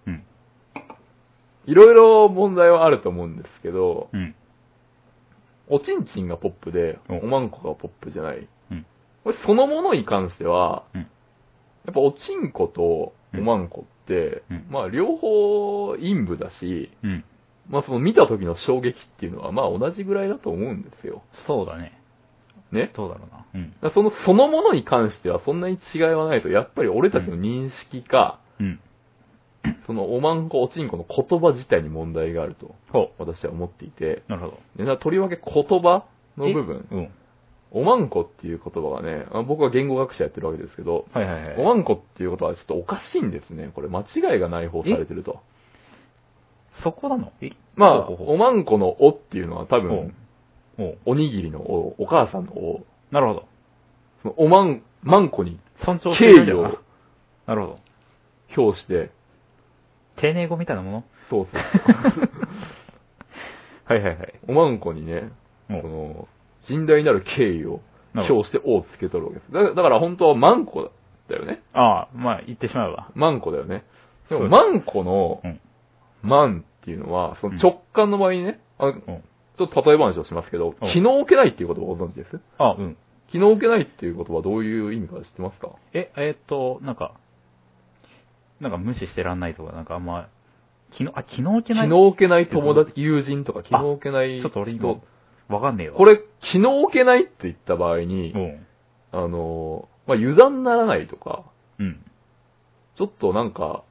Speaker 3: うん。
Speaker 2: いろいろ問題はあると思うんですけど、
Speaker 3: うん。
Speaker 2: おちんちんがポップで、
Speaker 3: うん
Speaker 2: おまんこがポップじゃない。
Speaker 3: うん。
Speaker 2: これそのものに関しては、
Speaker 3: うん
Speaker 2: やっぱおちんことおまんこって、
Speaker 3: うん
Speaker 2: まあ両方陰部だし、
Speaker 3: うん。
Speaker 2: まあその見た時の衝撃っていうのはまあ同じぐらいだと思うんですよ。
Speaker 3: そうだね。
Speaker 2: ね。
Speaker 3: どうだろうな。うん。
Speaker 2: だからその、そのものに関してはそんなに違いはないと、やっぱり俺たちの認識か、
Speaker 3: うん。
Speaker 2: そのおまんこおちんこの言葉自体に問題があると、
Speaker 3: ほ
Speaker 2: 私は思っていて、
Speaker 3: なるほど。
Speaker 2: でなとりわけ言葉の部分、
Speaker 3: うん。
Speaker 2: おまんこっていう言葉がね、あ僕は言語学者やってるわけですけど、
Speaker 3: はいはいはい。
Speaker 2: おまんこっていうことはちょっとおかしいんですね。これ間違いが内包されてると。
Speaker 3: そこなのえ
Speaker 2: まあ、
Speaker 3: ほうほうほう
Speaker 2: おまんこのおっていうのは多
Speaker 3: ほう
Speaker 2: 分、
Speaker 3: ほう
Speaker 2: おにぎりのお、お母さんのお、
Speaker 3: なるほど。
Speaker 2: そのおまん、まんこに
Speaker 3: 尊重して
Speaker 2: 敬
Speaker 3: るんだ
Speaker 2: 意
Speaker 3: よ
Speaker 2: を
Speaker 3: な。なるほど。
Speaker 2: 表して、
Speaker 3: 丁寧語みたいなもの
Speaker 2: そう そう。
Speaker 3: はいはいはい。
Speaker 2: おまんこにね、
Speaker 3: う
Speaker 2: こ
Speaker 3: ん
Speaker 2: の、甚大なる敬意を
Speaker 3: なるほ
Speaker 2: 表しておをつけとるわけです。だだから本当はまんこだよね。
Speaker 3: どああ、まあ言ってしまえば。
Speaker 2: まんこだよね。で
Speaker 3: そ
Speaker 2: も
Speaker 3: うです
Speaker 2: まんこの
Speaker 3: うん、
Speaker 2: まんっていうのは、その直感の場合にね、あ
Speaker 3: うん。
Speaker 2: ちょっと例え話をしますけど、
Speaker 3: うん
Speaker 2: 気の置けないっていう言葉ご存知です
Speaker 3: ああ、うん。
Speaker 2: 気の置けないっていう言葉はどういう意味か知ってますか
Speaker 3: え、えーっと、なんか、なんか無視してらんないとか、なんかあんま、昨日、あ、昨日行け
Speaker 2: 気
Speaker 3: ない
Speaker 2: の置けない友達、友人とか気の置けない
Speaker 3: ちょっと俺今
Speaker 2: 人。、
Speaker 3: わかんねえわ。
Speaker 2: これ、気の置けないって言った場合に
Speaker 3: う、ん。
Speaker 2: あの、まあ、油断ならないとか、
Speaker 3: うん。
Speaker 2: ちょっとなんか、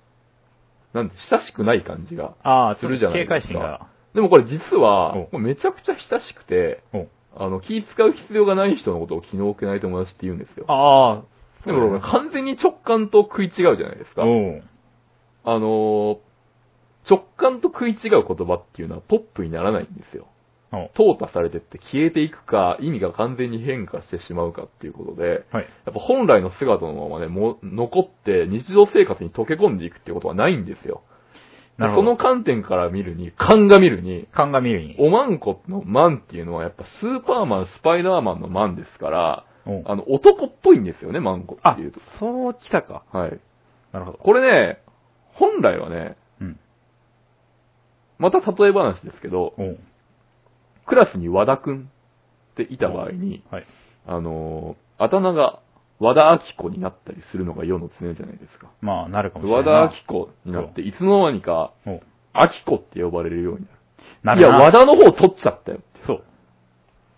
Speaker 2: なんて、親しくない感じが。
Speaker 3: ああ、
Speaker 2: するじゃない
Speaker 3: 警戒心が。
Speaker 2: でもこれ実は
Speaker 3: うん、
Speaker 2: これめちゃくちゃ親しくて
Speaker 3: うん、
Speaker 2: あの、気使う必要がない人のことを気の置けない友達って言うんですよ。
Speaker 3: ああ、
Speaker 2: でもこれ完全に直感と食い違うじゃないですか
Speaker 3: う。ん。
Speaker 2: あのー直感と食い違う言葉っていうのはポップにならないんですよ
Speaker 3: うん。
Speaker 2: 淘汰されてって消えていくか、意味が完全に変化してしまうかっていうことで、
Speaker 3: は
Speaker 2: や
Speaker 3: い。
Speaker 2: っぱ本来の姿のままね、も残って日常生活に溶け込んでいくっていうことはないんですよ。
Speaker 3: なる
Speaker 2: そ
Speaker 3: ほ
Speaker 2: の
Speaker 3: ど。
Speaker 2: 観点から見るに、勘が見るに、
Speaker 3: 勘が見るに。
Speaker 2: おまんこのマンっていうのはやっぱスーパーマン、スパイダーマンのマンですから、
Speaker 3: うん
Speaker 2: あの、男っぽいんですよね、マンコっ
Speaker 3: あ
Speaker 2: ていうと。、
Speaker 3: そう来たか。
Speaker 2: はい。
Speaker 3: なるほど。
Speaker 2: これね、本来はね、
Speaker 3: うん。
Speaker 2: また例え話ですけど、
Speaker 3: うん。
Speaker 2: クラスに和田くんっていた場合に、
Speaker 3: はい。
Speaker 2: あのー、あだ名が和田明子になったりするのが世の常じゃないですか。
Speaker 3: まあ、なるかもしれな
Speaker 2: 和
Speaker 3: い
Speaker 2: 田
Speaker 3: な。
Speaker 2: 明子になって、いつの間にか、
Speaker 3: 明うん。
Speaker 2: 明子って呼ばれるようにな
Speaker 3: な
Speaker 2: る。
Speaker 3: る
Speaker 2: い
Speaker 3: な
Speaker 2: や、和田の方取っちゃったよ。
Speaker 3: そう。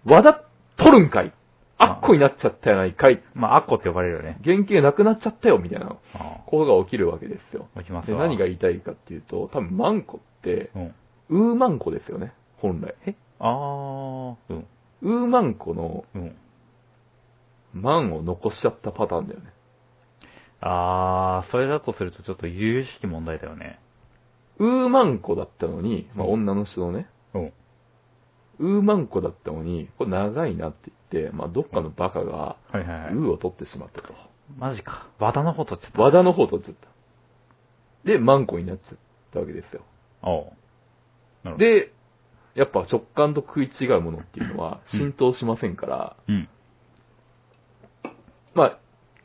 Speaker 2: 和田取るんかい
Speaker 3: あ
Speaker 2: あっこになっちゃったやないかい
Speaker 3: まあ、アッコって呼ばれるよね。
Speaker 2: 原型なくなっちゃったよ、みたいな
Speaker 3: あ
Speaker 2: ことが起きるわけですよ。
Speaker 3: あ、起きます
Speaker 2: で、
Speaker 3: わ。
Speaker 2: 何が言いたいかっていうと、多分マンコって、
Speaker 3: うん。
Speaker 2: ウーマンコですよね、本来。
Speaker 3: えああ、うん。
Speaker 2: ウーマンコの
Speaker 3: うん。
Speaker 2: マンを残しちゃったパターンだよね。
Speaker 3: ああ、それだとするとちょっと由々しき問題だよね。
Speaker 2: ウーマンコだったのに、まあ、女の人のね、
Speaker 3: うん。
Speaker 2: ウーマンコだったのに、これ長いなって言って、まあ、どっかのバカが、
Speaker 3: はいはいはい。
Speaker 2: ウーを取ってしまったと。
Speaker 3: マジか。和田のことちょっと。
Speaker 2: 和田の方取っちゃった。で、マンコになっちゃったわけですよ。
Speaker 3: おうなるほど、
Speaker 2: で、やっぱ直感と食い違うものっていうのは浸透しませんから、
Speaker 3: うん。
Speaker 2: まあ、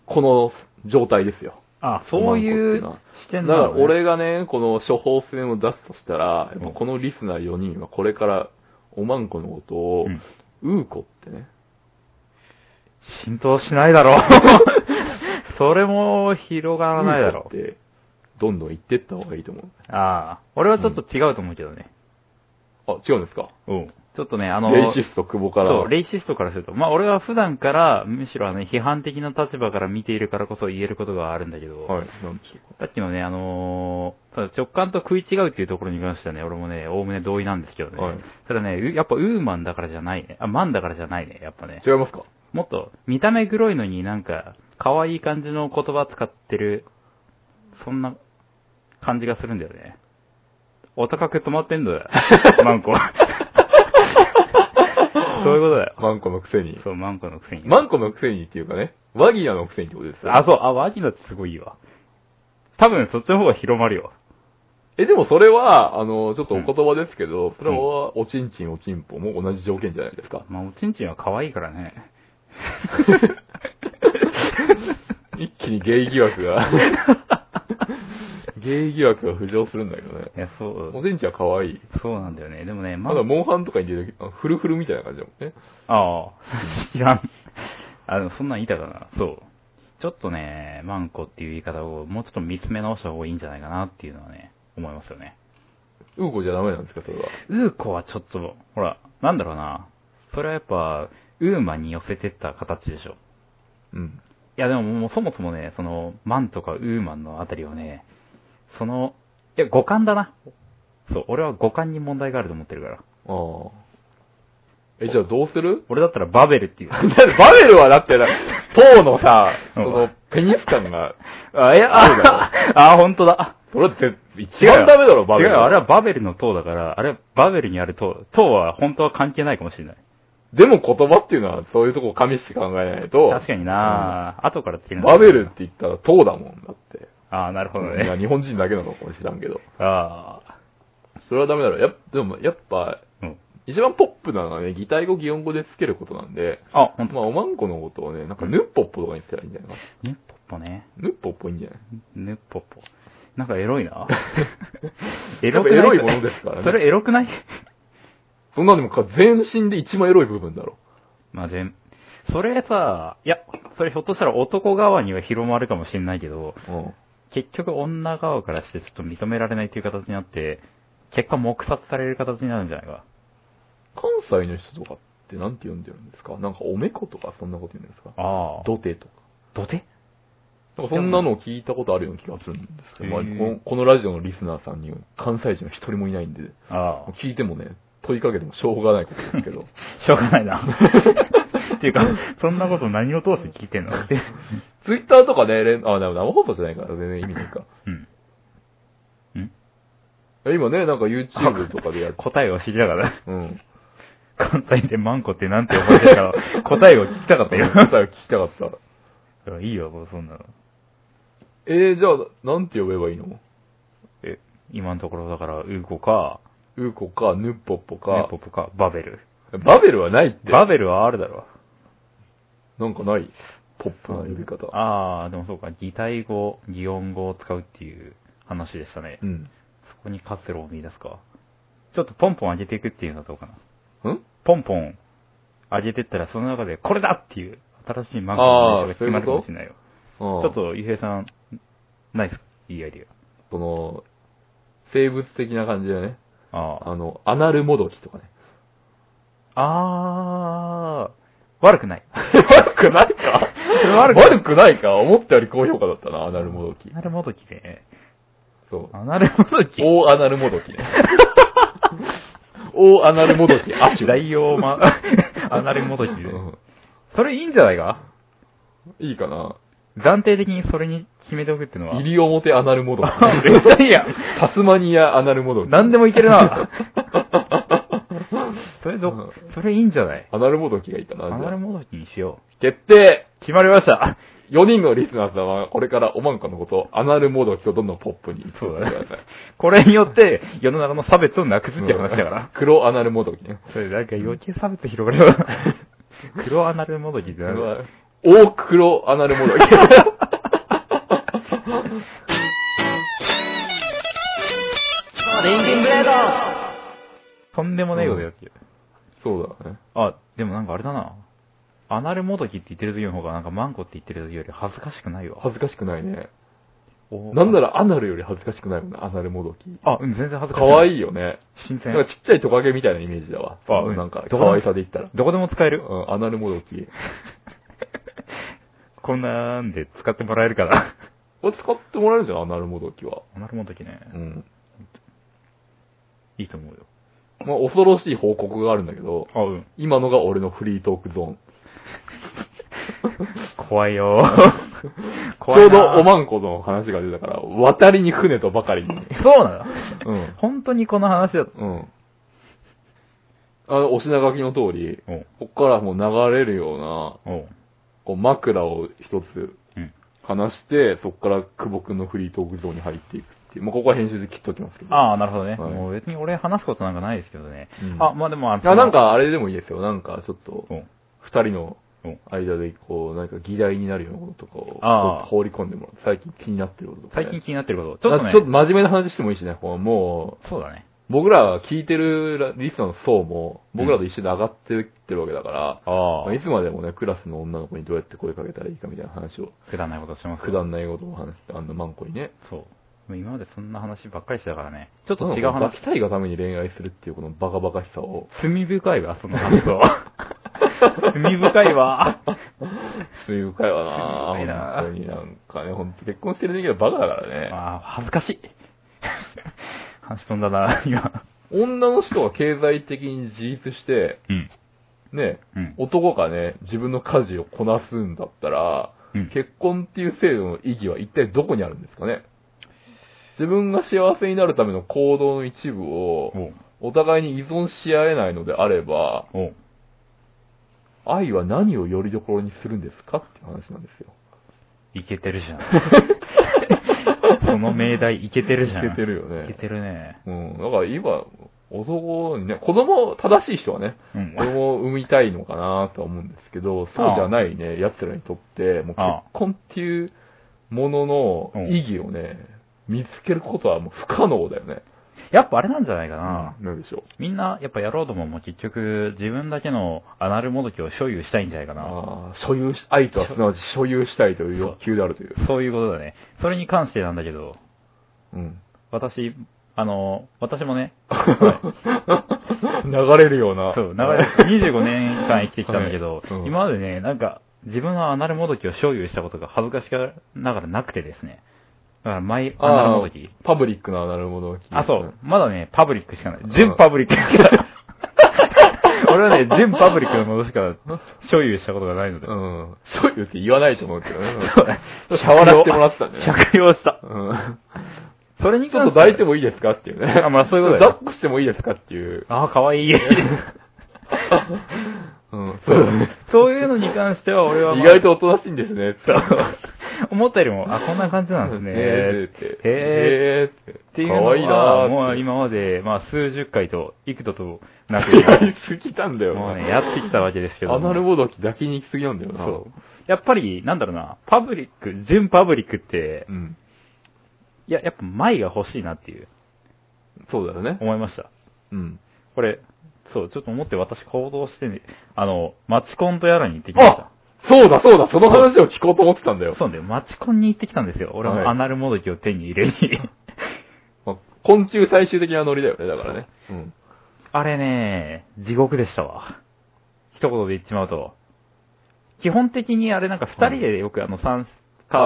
Speaker 2: この状態ですよ。
Speaker 3: あ、そういう
Speaker 2: マンコっ
Speaker 3: 視
Speaker 2: ていう
Speaker 3: 点
Speaker 2: の
Speaker 3: な
Speaker 2: はだか
Speaker 3: の、
Speaker 2: ら
Speaker 3: ね、
Speaker 2: 俺がね、この処方箋を出すとしたら、
Speaker 3: うん
Speaker 2: やっぱこのリスナー4人はこれからおまんこのことを、
Speaker 3: う
Speaker 2: う
Speaker 3: ん
Speaker 2: ーこってね、
Speaker 3: 浸透しないだ ろう。それも広がらないだ
Speaker 2: うーこ
Speaker 3: ろ
Speaker 2: っ
Speaker 3: う。
Speaker 2: て、どんどん言ってった方がいいと思う。
Speaker 3: ああ、俺はちょっと違うと思うけどね。
Speaker 2: あ、違うんですか
Speaker 3: うん。ちょっとね、あの、
Speaker 2: レイシスト久保から。
Speaker 3: そう、レイシストからすると。まあ俺は普段から、むしろあの、批判的な立場から見ているからこそ言えることがあるんだけど、
Speaker 2: はい、なんでしょうか。
Speaker 3: さっきのね、あのーただ直感と食い違うっていうところに関してはね、俺もね、おおむね同意なんですけどね。
Speaker 2: はい
Speaker 3: ただね、うやっぱウーマンだからじゃないね。あ、マンだからじゃないね、やっぱね。
Speaker 2: 違いますか
Speaker 3: もっと、見た目黒いのになんか、可愛い感じの言葉使ってる、そんな感じがするんだよね。お高く止まってんだ よ。マンコ。そういうことだよ。
Speaker 2: マンコのくせに。
Speaker 3: そう、マンコのくせに。
Speaker 2: マンコのくせにっていうかね、ワギアのくせにってことですよ。
Speaker 3: あ、そう、あ、ワギナってすごいいいわ。多分そっちの方が広まるよ。
Speaker 2: え、でもそれは、あの、ちょっとお言葉ですけど、それは、おちんちんおちんぽも同じ条件じゃないです か。
Speaker 3: まあ、おちんちんは可愛いからね。
Speaker 2: 一気にゲイ疑惑が、ゲイ疑惑が浮上するんだけどね。
Speaker 3: いや、そう
Speaker 2: お、ちんちんは可愛い。
Speaker 3: そうなんだよね。でもね、
Speaker 2: ま
Speaker 3: ま
Speaker 2: だ
Speaker 3: だ、
Speaker 2: モンハンとかに出てきあフルフルみたいな感じだもんね。
Speaker 3: ああ、知らん。あの、そんなん言いたかな。そう。ちょっとね、マンコっていう言い方をもうちょっと見つめ直した方がいいんじゃないかなっていうのはね、思いますよね。
Speaker 2: ウーコじゃダメなんですか、それは。
Speaker 3: ウーコはちょっと、ほら、なんだろうな。それはやっぱ、ウーマンに寄せてった形でしょ。
Speaker 2: うん。
Speaker 3: いや、でももうそもそもね、その、マンとかウーマンのあたりをね、その、いや、五感だな。そう、俺は五感に問題があると思ってるから。
Speaker 2: ああ。え、じゃあどうす る
Speaker 3: 俺だったらバベルっていう。
Speaker 2: だってバベルはだってな、塔のさ、
Speaker 3: う
Speaker 2: そ
Speaker 3: ん
Speaker 2: の、ペニス感が、
Speaker 3: あ、いや、あ、あ、本当だ。
Speaker 2: それって、
Speaker 3: 違
Speaker 2: 一
Speaker 3: うよ
Speaker 2: 番ダメだろ、バベル。
Speaker 3: 違うよあれはバベルの塔だから、あれはバベルにある塔。塔は本当は関係ないかもしれない。
Speaker 2: でも言葉っていうのは、そういうとこを加味して考えないと、
Speaker 3: 確かにな、後からつけるの
Speaker 2: バベルって言ったら塔だもんだって。
Speaker 3: ああ、なるほど
Speaker 2: いや、
Speaker 3: ね。
Speaker 2: 日本人だけなのかもしらんけど。
Speaker 3: ああ。
Speaker 2: それはダメだろ。やっでも、やっぱ、
Speaker 3: うん。
Speaker 2: 一番ポップなのはね、擬態語、擬音語でつけることなんで、
Speaker 3: あ、本当。
Speaker 2: まあ、おまんこのことをね、なんか、ヌッポッポとかにつけたらいいんじゃないかな。
Speaker 3: ヌッポッポね。
Speaker 2: ヌッポッポいいんじゃない
Speaker 3: ヌッポッポ。なんかエロ いな。
Speaker 2: やっぱエロいものですからね
Speaker 3: それエロくない
Speaker 2: そんなのでもか、全身で一番エロい部分だろ。
Speaker 3: まあ、全、それさ、いや、それひょっとしたら男側には広まるかもしれないけど、
Speaker 2: うん。
Speaker 3: 結局女側からしてちょっと認められないという形になって、結果黙殺される形になるんじゃないか。
Speaker 2: 関西の人とかってなんて呼んでるんですかなんか、おめことか、そんなこと言うんですか
Speaker 3: あど、
Speaker 2: 土手とか。
Speaker 3: どて
Speaker 2: なんかそんなのを聞いたことあるような気がするんですけど、まあ、
Speaker 3: へー
Speaker 2: このこのラジオのリスナーさんには関西人は一人もいないんで、
Speaker 3: ああ。
Speaker 2: 聞いてもね、問いかけてもしょうがないことですけど。
Speaker 3: しょうがないな。っていうか、そんなこと何を通して聞いてんのって。
Speaker 2: ツイッターとかで、連あ、でも生放送じゃないから、全然意味ないか。
Speaker 3: うん。うん
Speaker 2: 今ね、なんか YouTube とかでやって、
Speaker 3: 答えを知りたかっ
Speaker 2: うん。
Speaker 3: た。関西でマンコってなんて呼ばれてる か、答えを聞きた かったよ。
Speaker 2: 答えを聞きたかった。
Speaker 3: いいよ、もうそんなの。
Speaker 2: えー、じゃあ、なんて呼べばいいの
Speaker 3: え、今のところだから、ウーコか、
Speaker 2: ウーコか、ヌッポッポ
Speaker 3: ネ
Speaker 2: か
Speaker 3: ポ、ポか、バベル。
Speaker 2: バベルはないって。
Speaker 3: バベルはあるだろ。
Speaker 2: なんかないポップな呼び方。
Speaker 3: ああ、でもそうか、擬態語、擬音語を使うっていう話でしたね。
Speaker 2: うん。
Speaker 3: そこに活路を見出すか。ちょっとポンポン上げていくっていうのはどうかな。
Speaker 2: ん
Speaker 3: ポンポン上げてったら、その中で、これだっていう、新しい漫画の話が決まるかもしれないよ。
Speaker 2: ち
Speaker 3: ち
Speaker 2: ょ
Speaker 3: ょっ、と、ゆうへいさん、ないっすかいいアイディ
Speaker 2: その、生物的な感じだね。
Speaker 3: ア。あ
Speaker 2: あの、アナルモドキとかね。
Speaker 3: あ。ああ、悪くない。
Speaker 2: 悪くないか
Speaker 3: 悪
Speaker 2: 悪
Speaker 3: く
Speaker 2: く
Speaker 3: ない
Speaker 2: ないか思ったより高評価だったな、アナルモドキ
Speaker 3: ア。ナルモドキね。
Speaker 2: そう。
Speaker 3: アナルモドキ。
Speaker 2: 大アナルモドキ ね。大アナルモ ドキ、アシュ。
Speaker 3: 大王ま、 アナルモドキね。
Speaker 2: うん
Speaker 3: それいいんじゃないか
Speaker 2: いいかな。
Speaker 3: 暫定的にそれに決めておくっていうのは。
Speaker 2: イリオモテアナルモ ドキ。
Speaker 3: めっちゃいいやん。
Speaker 2: タスマニアアナルモドキ。
Speaker 3: 何でもいける な。それど、それいいんじゃない
Speaker 2: アナルモドキがいいかな、
Speaker 3: ア
Speaker 2: じゃ
Speaker 3: ナ
Speaker 2: あ
Speaker 3: ルモドキにしよ
Speaker 2: 決定
Speaker 3: う。決まりました。
Speaker 2: !4 人のリスナーさんは、これからおまんかのことを、アナルモドキとどんどんポップに。
Speaker 3: そうだね。これによって世の中の差別をなくすっていう話だから。
Speaker 2: 黒アナルモドキね。
Speaker 3: それなんか余計差別広 がるわ。黒アナルモドキってなんだ
Speaker 2: 大黒アナルモドキ。
Speaker 3: とんでもねえことやってる。
Speaker 2: そうだね。
Speaker 3: あ、でもなんかあれだな。アナルモドキって言ってる時の方がなんかマンコって言ってる時より恥ずかしくないわ。
Speaker 2: 恥ずかしくないね。
Speaker 3: お
Speaker 2: なんならアナルより恥ずかしくないもんね、アナルモドキ。
Speaker 3: あ、うん、全然恥ずか
Speaker 2: か
Speaker 3: しくない。
Speaker 2: わい
Speaker 3: い。
Speaker 2: いよね。
Speaker 3: 新鮮
Speaker 2: なん。かちっちゃいトカゲみたいなイメージだわ。
Speaker 3: あうん
Speaker 2: なんか、可
Speaker 3: どこでも
Speaker 2: 愛さで言ったら。
Speaker 3: どこでも使える
Speaker 2: うん、アナルモドキ。
Speaker 3: こんなんで使ってもらえるから。
Speaker 2: これ使ってもらえるじゃん、アナルモドキは。
Speaker 3: アナルモドキね。
Speaker 2: うん。
Speaker 3: いいと思うよ。
Speaker 2: まあ、恐ろしい報告があるんだけど、
Speaker 3: あ、うん。
Speaker 2: 今のが俺のフリートークゾーン。
Speaker 3: 怖いよ
Speaker 2: ちょうどお
Speaker 3: ま
Speaker 2: まんこの話が出たから、渡りに船とばかりに。
Speaker 3: そうなの
Speaker 2: うん。
Speaker 3: 本当にこの話だと。
Speaker 2: うん。あの、お品書きの通り、
Speaker 3: おう
Speaker 2: ここからもう流れるような、
Speaker 3: おう
Speaker 2: こう枕を一つ
Speaker 3: うん。
Speaker 2: 話して、そこから久保君のフリートークゾーンに入っていくっていう。まあ、ここは編集で切っときますけど。
Speaker 3: ああ、なるほどね。
Speaker 2: はい
Speaker 3: もう別に俺話すことなんかないですけどね。
Speaker 2: うん
Speaker 3: あ、まあでもあの
Speaker 2: あ、なん、かあれでもいいですよ。なんかちょっと、
Speaker 3: おう
Speaker 2: 二人の
Speaker 3: おう
Speaker 2: 間で、こう、なんか議題になるようなこととかを
Speaker 3: あー
Speaker 2: こう放り込んでもらって、最近気になってることとかね、
Speaker 3: 最近気になってること。
Speaker 2: ち
Speaker 3: ち
Speaker 2: ょ
Speaker 3: ょ
Speaker 2: っと、
Speaker 3: っとね。
Speaker 2: ちょっと真面目な話してもいいしね。こうも
Speaker 3: そうだね。
Speaker 2: う、僕らが聞いてるラリスナーの層も、僕らと一緒で上がってってるわけだから、
Speaker 3: あ
Speaker 2: まあいつまでもね、クラスの女の子にどうやって声かけたらいいかみたいな話を、
Speaker 3: くだらないことしてます。
Speaker 2: くだんないことを話して、あの、マンコにね。
Speaker 3: そう。もう今までそんな話ばっかりしてたからね。ちょっ
Speaker 2: ちょ
Speaker 3: と
Speaker 2: っと
Speaker 3: 違
Speaker 2: 違
Speaker 3: う
Speaker 2: う
Speaker 3: 話
Speaker 2: 話。抱き。たいがために恋愛するっていうこのバカバカしさを、
Speaker 3: 罪深いわ、その話は。罪深いわ。
Speaker 2: そういう会話な
Speaker 3: 罪深いな
Speaker 2: 本当になんかね、本当結婚してる時はバカだからね。
Speaker 3: ああ、恥ずかしい。話飛んだな、今。
Speaker 2: 女の人が経済的に自立して、
Speaker 3: うん。
Speaker 2: ね、
Speaker 3: うん
Speaker 2: 男がね、自分の家事をこなすんだったら、
Speaker 3: うん
Speaker 2: 結婚っていう制度の意義は一体どこにあるんですかね自分が幸せになるための行動の一部を、
Speaker 3: おう
Speaker 2: お互いに依存し合えないのであれば、
Speaker 3: おう
Speaker 2: 愛は何をよりどころにするんですかっていう話なんですよ。
Speaker 3: いけてるじゃん。その命題、いけてるじゃん。
Speaker 2: いけてるよね
Speaker 3: いけてるね。
Speaker 2: うん。だから今、男にね、子供、正しい人はね、
Speaker 3: うん
Speaker 2: 子供を産みたいのかなとは思うんですけど、そうじゃないね、奴らにとって、もう
Speaker 3: ああ
Speaker 2: 結婚っていうもの
Speaker 3: う
Speaker 2: の
Speaker 3: ん
Speaker 2: 意義をね、見つけることはもう不可能だよね。
Speaker 3: やっぱあれなんじゃないかな。
Speaker 2: なんでしょう。
Speaker 3: みんな、やっぱやろうとももう結局、自分だけのアナルもどきを所有したいんじゃないかな。
Speaker 2: ああ、所有し、愛とはすなわち所有したいという欲求であるという。
Speaker 3: そういうことだね。それに関してなんだけど、
Speaker 2: うん。
Speaker 3: 私、あの、私 もね、
Speaker 2: 流れるような。
Speaker 3: そう、長い、25年間生きてきたんだけど、
Speaker 2: はいうん
Speaker 3: 今までね、なんか、自分のアナルもどきを所有したことが恥ずかしながらなくてですね。だから、マイアナルも
Speaker 2: あ
Speaker 3: ど
Speaker 2: あ
Speaker 3: き。、
Speaker 2: パブリックななるものを聞いて
Speaker 3: あ、そう。。まだね、パブリックしかない。
Speaker 2: うん
Speaker 3: 純パブリックしかない。 俺はね、純パブリックのものしか所有したことがないので。
Speaker 2: うん。所有って言わないと思うけどね。
Speaker 3: そうだね
Speaker 2: シャワラしてもらってたんだよね。
Speaker 3: 借用した。
Speaker 2: うん。
Speaker 3: それに
Speaker 2: ちょっと
Speaker 3: 関して
Speaker 2: 抱いてもいいですかっていうね。
Speaker 3: あまあそういうことだよ
Speaker 2: 抱っこしてもいいですかっていう。
Speaker 3: ああ、かわ いい。
Speaker 2: うん、そうだね。
Speaker 3: そういうのに関しては俺は、
Speaker 2: 意
Speaker 3: まあ
Speaker 2: 外とおとなしいんですね。って
Speaker 3: 思ったよりも、あ、こんな感じなんですね。
Speaker 2: へーって。
Speaker 3: へー
Speaker 2: へーって。
Speaker 3: っていうの
Speaker 2: かわいいな
Speaker 3: は、もう今まで、まあ、数十回と、幾度となく、
Speaker 2: やりすぎたんだよ。
Speaker 3: もうね、やってきたわけですけども。
Speaker 2: アナルボドキ抱きに行きすぎなんだよな。
Speaker 3: そう。やっぱり、なんだろうな、パブリック、純パブリックって
Speaker 2: う、ん。
Speaker 3: いや、やっぱ前が欲しいなっていう、
Speaker 2: そうだよね。
Speaker 3: 思いました。
Speaker 2: うん。
Speaker 3: これ、そう、ちょっと思って私行動してね、あの、マチコンとやらに行ってきまし
Speaker 2: あ
Speaker 3: た。
Speaker 2: そうだそうだ、その話を聞こうと思ってたんだよ。
Speaker 3: そうね、マチコンに行ってきたんですよ。俺
Speaker 2: はい
Speaker 3: もアナルモドキを手に入れに。
Speaker 2: まあ昆虫最終的なノリだよね、だからね。うん。
Speaker 3: あれね、地獄でしたわ。一言で言っちまうと。基本的にあれなんか二人でよくあの参加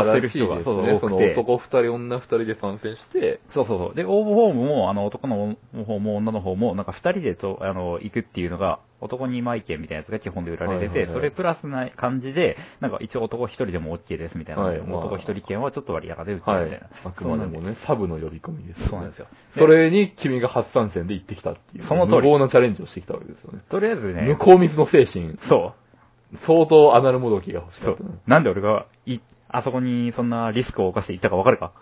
Speaker 3: してる人が、
Speaker 2: あらしいですね
Speaker 3: そうそう多
Speaker 2: そ
Speaker 3: く
Speaker 2: の
Speaker 3: て。
Speaker 2: 男二人、女二人で参戦して、
Speaker 3: そうそうそう。で、応募フォームも、あの、男の方も女の方も、なんか二人でと、あの、行くっていうのが、男2枚券みたいなやつが基本で売られてて、
Speaker 2: はいはいはい
Speaker 3: それプラスな感じで、なんか一応男一人でも OK ですみたいな。
Speaker 2: はいまあ
Speaker 3: 男一人券はちょっと割高で売って
Speaker 2: は
Speaker 3: るみたい
Speaker 2: い
Speaker 3: な。。
Speaker 2: あくまでもね、サブの呼び込みですよね。
Speaker 3: そうなんですよで
Speaker 2: それに君が初参戦で行ってきたっていう。
Speaker 3: その通り
Speaker 2: 無謀なチャレンジをしてきたわけですよね。
Speaker 3: とりあえずね
Speaker 2: 向、こう水の精神、
Speaker 3: そう。
Speaker 2: 相当アナルもどきが欲し
Speaker 3: そ
Speaker 2: かっ
Speaker 3: う
Speaker 2: たね。。
Speaker 3: なんで俺が、い、あそこにそんなリスクを犯して行ったかわかる か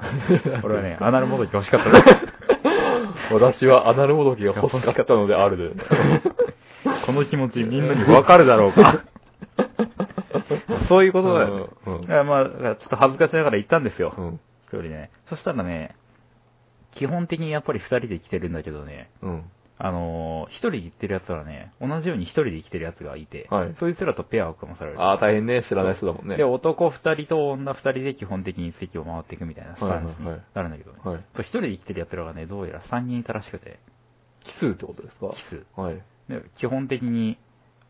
Speaker 3: 俺はね、アナルモドキ欲しかったね
Speaker 2: 私はアナルもどきが欲しかったのであ るで。
Speaker 3: この気持ちみんなにわかるだろうか。そういうことだよね。
Speaker 2: うんうん
Speaker 3: だからまあ、だからちょっと恥ずかしながら行ったんですよ。
Speaker 2: うん。
Speaker 3: 一人ね。そしたらね、基本的にやっぱり二人で来てるんだけどね、
Speaker 2: うん。
Speaker 3: あのー一人で行ってる奴らね、同じように一人で生きてる奴がいて、
Speaker 2: はい
Speaker 3: そいつらとペアを組まされる。
Speaker 2: ああ、大変ね。知らない人だもんね。
Speaker 3: で、男二人と女二人で基本的に席を回っていくみたいなスタンスになるんだけどね。
Speaker 2: はい。
Speaker 3: そう一人で生きてる奴らがね、どうやら三人いたらしくて、
Speaker 2: 奇数ってことですか
Speaker 3: 奇
Speaker 2: はい。
Speaker 3: で基本的に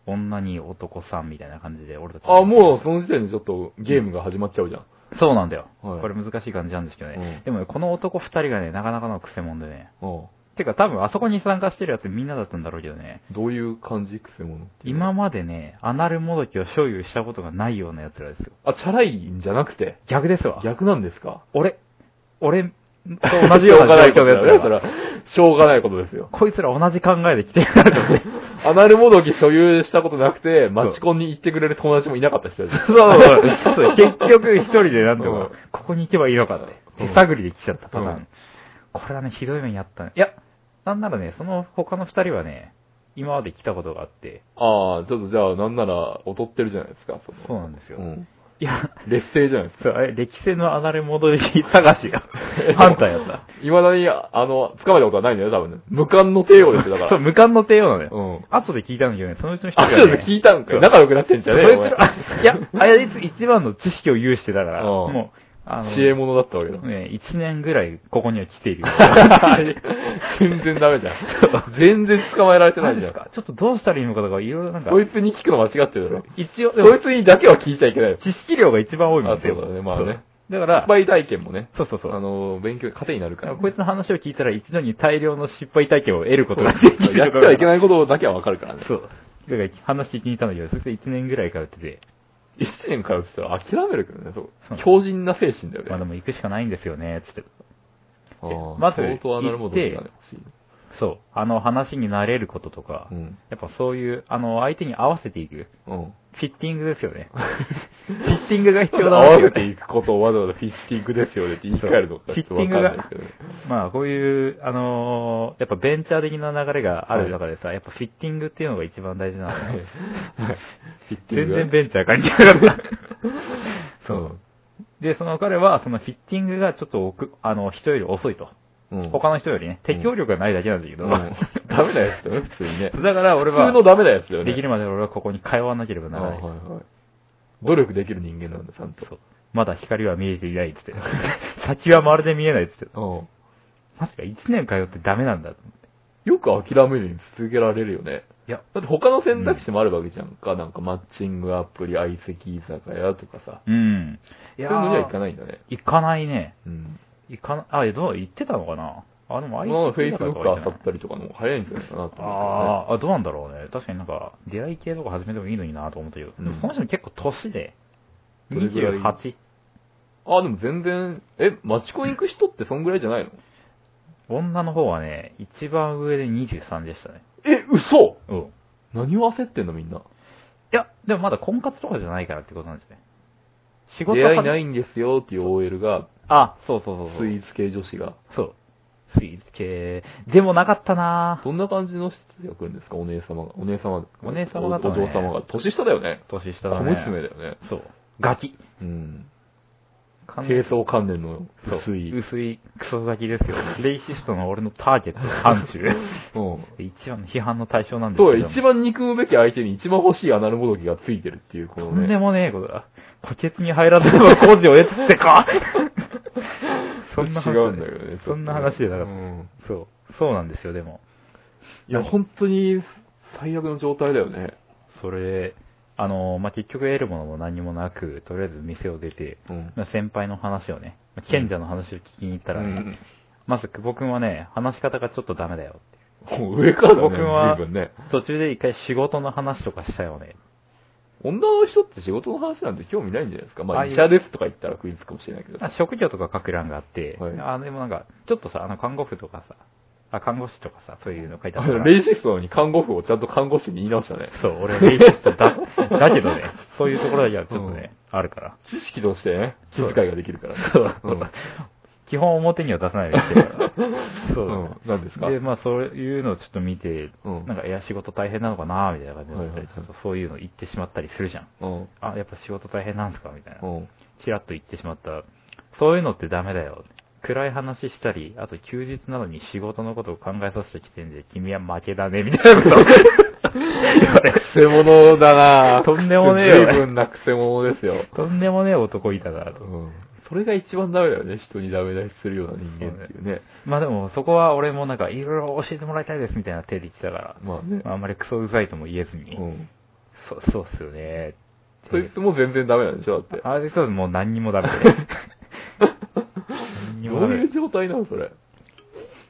Speaker 3: 女に男さんみたいな感じで俺たち。
Speaker 2: あ、もうその時点でちょっとゲームが始まっちゃうじゃん。
Speaker 3: そうなんだよ。
Speaker 2: はい
Speaker 3: これ難しい感じなんですけど
Speaker 2: う
Speaker 3: ね。
Speaker 2: ん
Speaker 3: でもね、この男二人がね、なかなかのクセモンでね。
Speaker 2: うん。
Speaker 3: てか多分あそこに参加してるやつみんなだったんだろうけどね。
Speaker 2: どういう感じくせ者っていうの
Speaker 3: 今までね、アナルモドキを所有したことがないような奴らですよ。
Speaker 2: あ、チャラいんじゃなくて、
Speaker 3: 逆ですわ。
Speaker 2: 逆なんですか
Speaker 3: 俺、俺と同 じよう
Speaker 2: しょうがな
Speaker 3: ない
Speaker 2: こ
Speaker 3: 状
Speaker 2: と
Speaker 3: 況の
Speaker 2: だ
Speaker 3: や
Speaker 2: よ
Speaker 3: つら
Speaker 2: ね。そ
Speaker 3: が
Speaker 2: れは、しょうがないことですよ。
Speaker 3: こいつら同じ考えで来てるからね。
Speaker 2: アナルもどき所有したことなくて、マチコンに行ってくれる友達もいなかった人たち。
Speaker 3: そうそう そう。結局一人でなんで
Speaker 2: うん
Speaker 3: も、ここに行けばいいのかって。
Speaker 2: うん
Speaker 3: 手探りで来ちゃったパターン。
Speaker 2: うん
Speaker 3: これはね、ひどい目にあったね。いや、なんならね、その他の二人はね、今まで来たことがあって、
Speaker 2: ああ、ちょっとじゃあ、なんなら劣ってるじゃないですか。そ
Speaker 3: そうなんですよ。
Speaker 2: うん。
Speaker 3: いや、
Speaker 2: 劣勢じゃないですか。
Speaker 3: そう、あれ、歴戦のあだれ戻り探し が、反対や った。
Speaker 2: いまだに、あの、捕まえたことはないんだよね、多分ね。無冠の帝王ですよ、だか
Speaker 3: そう、
Speaker 2: ら。
Speaker 3: 無冠の帝王なのよ。
Speaker 2: うん。
Speaker 3: 後で聞いたんだけどね、そのうちの一人
Speaker 2: あ、
Speaker 3: が、
Speaker 2: ち
Speaker 3: ね。
Speaker 2: ょっと聞いたんかい。仲良くなってんじゃねえよお
Speaker 3: そい
Speaker 2: 前
Speaker 3: つ。らあいや、あいつ一番の知識を有してたから、
Speaker 2: うん
Speaker 3: もう、 あの、
Speaker 2: 知恵者だったわけだ。
Speaker 3: ね、一年ぐらいここには来ているよ。
Speaker 2: 全然ダメじゃん。全然捕まえられてな
Speaker 3: マ
Speaker 2: い
Speaker 3: ジ
Speaker 2: じゃ
Speaker 3: で
Speaker 2: ん
Speaker 3: す。かちょっとどうしたらいいのかとか、いろいろなんか、
Speaker 2: こいつに聞くの間違ってるだろ。
Speaker 3: 一応、で
Speaker 2: そ
Speaker 3: も
Speaker 2: いつにだけは聞いちゃいけないよ。
Speaker 3: 知識量が一番多いもん
Speaker 2: あそうだねまあね。
Speaker 3: だか
Speaker 2: 失
Speaker 3: ら、
Speaker 2: 敗体験もね、
Speaker 3: そうそうそう。
Speaker 2: あの、勉強、糧になるか
Speaker 3: だからら
Speaker 2: ね、
Speaker 3: こいつの話を聞いたら一度に大量の失敗体験を得ることができる。
Speaker 2: やってはいけ
Speaker 3: い。
Speaker 2: ないことだけはわかるからね。
Speaker 3: そう。だから話聞きに行ったんだけど、それで1年ぐらい通ってて、
Speaker 2: 一年からって言ったら諦めるけどね、そう
Speaker 3: そう。
Speaker 2: 強靭な精神だよね。
Speaker 3: まあでも行くしかないんですよね、つって。
Speaker 2: あー
Speaker 3: まず
Speaker 2: 相当アナロモドルがね
Speaker 3: 行っ
Speaker 2: 欲しいね。
Speaker 3: そう。あの話になれることとか、
Speaker 2: うん。
Speaker 3: やっぱそういう、あの、相手に合わせていく。
Speaker 2: うん。
Speaker 3: フィッティングですよね。フィッティングが必
Speaker 2: 合
Speaker 3: 要だ
Speaker 2: わせていくことをわざわざフィッティングですよねって言い換えるのかちょっとわかんないですけどね。
Speaker 3: まあ、こういう、あのーやっぱベンチャー的な流れがある中でさ、やっぱフィッティングっていうのが一番大事なのね。
Speaker 2: フィッティン
Speaker 3: 全
Speaker 2: グ
Speaker 3: 然ベンチャー関係なか った。 そうう。で、その彼は、そのフィッティングがちょっとおく、あの、人より遅いと。
Speaker 2: うん
Speaker 3: 他の人よりね、適応力がないだけなんだけど。
Speaker 2: うんダメなやつだよね、普通にね。
Speaker 3: だから俺は、
Speaker 2: 普通のダメなやつだよね。
Speaker 3: できるまで俺はここに通わなければ
Speaker 2: あ
Speaker 3: な
Speaker 2: ー
Speaker 3: らない。
Speaker 2: はいはい。努力できる人間なんだ、ちゃんと。
Speaker 3: そう。まだ光は見えていないっつって。 先はまるで見えないっつって。
Speaker 2: うん
Speaker 3: まさか1年通ってダメなんだと思って。
Speaker 2: よく諦めるに続けられるよね。
Speaker 3: いや、
Speaker 2: だって他の選択肢もあるわけじゃんか。なんかマッチングアプリ、相席居酒屋とかさ。
Speaker 3: うん。
Speaker 2: そうい
Speaker 3: いや
Speaker 2: うのには行か
Speaker 3: ない。
Speaker 2: ないんだね。
Speaker 3: 行かないね。
Speaker 2: うん。
Speaker 3: 行かな、あ、えどう行ってたのかなあ、で
Speaker 2: ま
Speaker 3: も
Speaker 2: あ、
Speaker 3: あ
Speaker 2: フェイスブック漁ったりとかの方が早いんじゃないかなと思
Speaker 3: あーあ、どうなんだろうね。確かになんか、出会い系とか始めてもいいのになと思ったけど、
Speaker 2: うん
Speaker 3: でもその人も結構年で、
Speaker 2: どれぐらい
Speaker 3: 28。
Speaker 2: う。ああ、でも全然、え、マチコン行く人ってそんぐらいじゃないの
Speaker 3: 女の方はね、一番上で23でしたね。
Speaker 2: え、嘘
Speaker 3: うん。い
Speaker 2: 何を焦ってんのみんな。
Speaker 3: や、でもまだ婚活とかじゃないからってことなんですね。仕事。
Speaker 2: 出会いないいんですよっていう OL が、
Speaker 3: あ、そうそうそうそう。
Speaker 2: スイーツ系女子が。
Speaker 3: そう。スイーツ系。でもなかったな
Speaker 2: どんな感じの人が来るんですかお姉様が。お姉様が。
Speaker 3: お姉様方
Speaker 2: お
Speaker 3: はね
Speaker 2: 嬢様が。年下だよね。
Speaker 3: 年下
Speaker 2: 小
Speaker 3: だね。
Speaker 2: 娘だよね。
Speaker 3: そう。ガキ。
Speaker 2: うん。
Speaker 3: 完全
Speaker 2: 軽装関連の
Speaker 3: そう
Speaker 2: 薄い。
Speaker 3: 薄い、クソガキですけど、レイシストの俺のターゲット、 範疇。
Speaker 2: うん。
Speaker 3: 一番の批判の対象なんです
Speaker 2: そう
Speaker 3: け
Speaker 2: よ
Speaker 3: ど。
Speaker 2: 一番憎むべき相手に一番欲しいアナルモドキがついてるっていう、ことの
Speaker 3: んで
Speaker 2: ね。
Speaker 3: もねえことだ。補欠に入らずば工事を得つって かそんな話
Speaker 2: 違うんだよね。ちょっとね
Speaker 3: そんな話じゃなか
Speaker 2: う
Speaker 3: った。
Speaker 2: ん
Speaker 3: そう。そうなんですよ、でも。
Speaker 2: いや、本当に最悪の状態だよね。
Speaker 3: それ、あの、まあ、結局得るものも何もなく、とりあえず店を出て、
Speaker 2: うん。
Speaker 3: まあ先輩の話をね、まあ賢者の話を聞きに行ったらね、
Speaker 2: うん
Speaker 3: まず久保君はね、話し方がちょっとダメだよ って。
Speaker 2: もう上からだね、
Speaker 3: 僕は
Speaker 2: 随分ね。
Speaker 3: 途中で一回仕事の話とかしたよね。
Speaker 2: 女の人って仕事の話なんて興味ないんじゃないですか。ま
Speaker 3: あ
Speaker 2: あ、
Speaker 3: あいう
Speaker 2: 医者ですとか言ったら食いつくかもしれないけど。
Speaker 3: まあ職業とか書く欄があって、
Speaker 2: はい
Speaker 3: あでもなんか、ちょっとさ、あの、看護婦とかさ、あ、看護師とかさ、そういうの書いてあ
Speaker 2: あ
Speaker 3: ったか
Speaker 2: の
Speaker 3: ら。
Speaker 2: レイシストなのに看護婦をちゃんと看護師に言い直したね。
Speaker 3: そう、俺はレイシストだ、だけどね、そういうところだけはちょっとね、あるから。
Speaker 2: 知識としてね、気遣いができるからね。
Speaker 3: そう
Speaker 2: うん
Speaker 3: 基本表には出さないようにしてる から。そうだね、
Speaker 2: うん何ですか
Speaker 3: で、まあそういうのをちょっと見て、
Speaker 2: うん
Speaker 3: なんか、いや、仕事大変なのかなみたいな感じで、
Speaker 2: はいはいはい
Speaker 3: ちょっとそういうの言ってしまったりするじゃん。
Speaker 2: うん。
Speaker 3: あ、やっぱ仕事大変なんですかみたいな
Speaker 2: う。ん。
Speaker 3: ちらっと言ってしまった。そういうのってダメだよ。暗い話したり、あと休日なのに仕事のことを考えさせてきてんで、君は負けだね、みたいな ことを言われ
Speaker 2: くせ者だなぁ
Speaker 3: とんでもねえよ
Speaker 2: 随分なくせ者ですよ。
Speaker 3: とんでもねえ男いたなと。
Speaker 2: うん。それが一番ダメだよね。人にダメ出しするような人間っていうね。
Speaker 3: まあでも、そこは俺もなんか、いろいろ教えてもらいたいです、みたいな手で言ってたから、
Speaker 2: まあね。
Speaker 3: まああんまりクソうざいとも言えずに、
Speaker 2: うん。
Speaker 3: そそうっすよねって
Speaker 2: そいつも全然ダメなんでしょだって。
Speaker 3: あれそうもう何にもダメで。何 に
Speaker 2: ど
Speaker 3: もダ
Speaker 2: う
Speaker 3: メ
Speaker 2: いう状態なのそれ。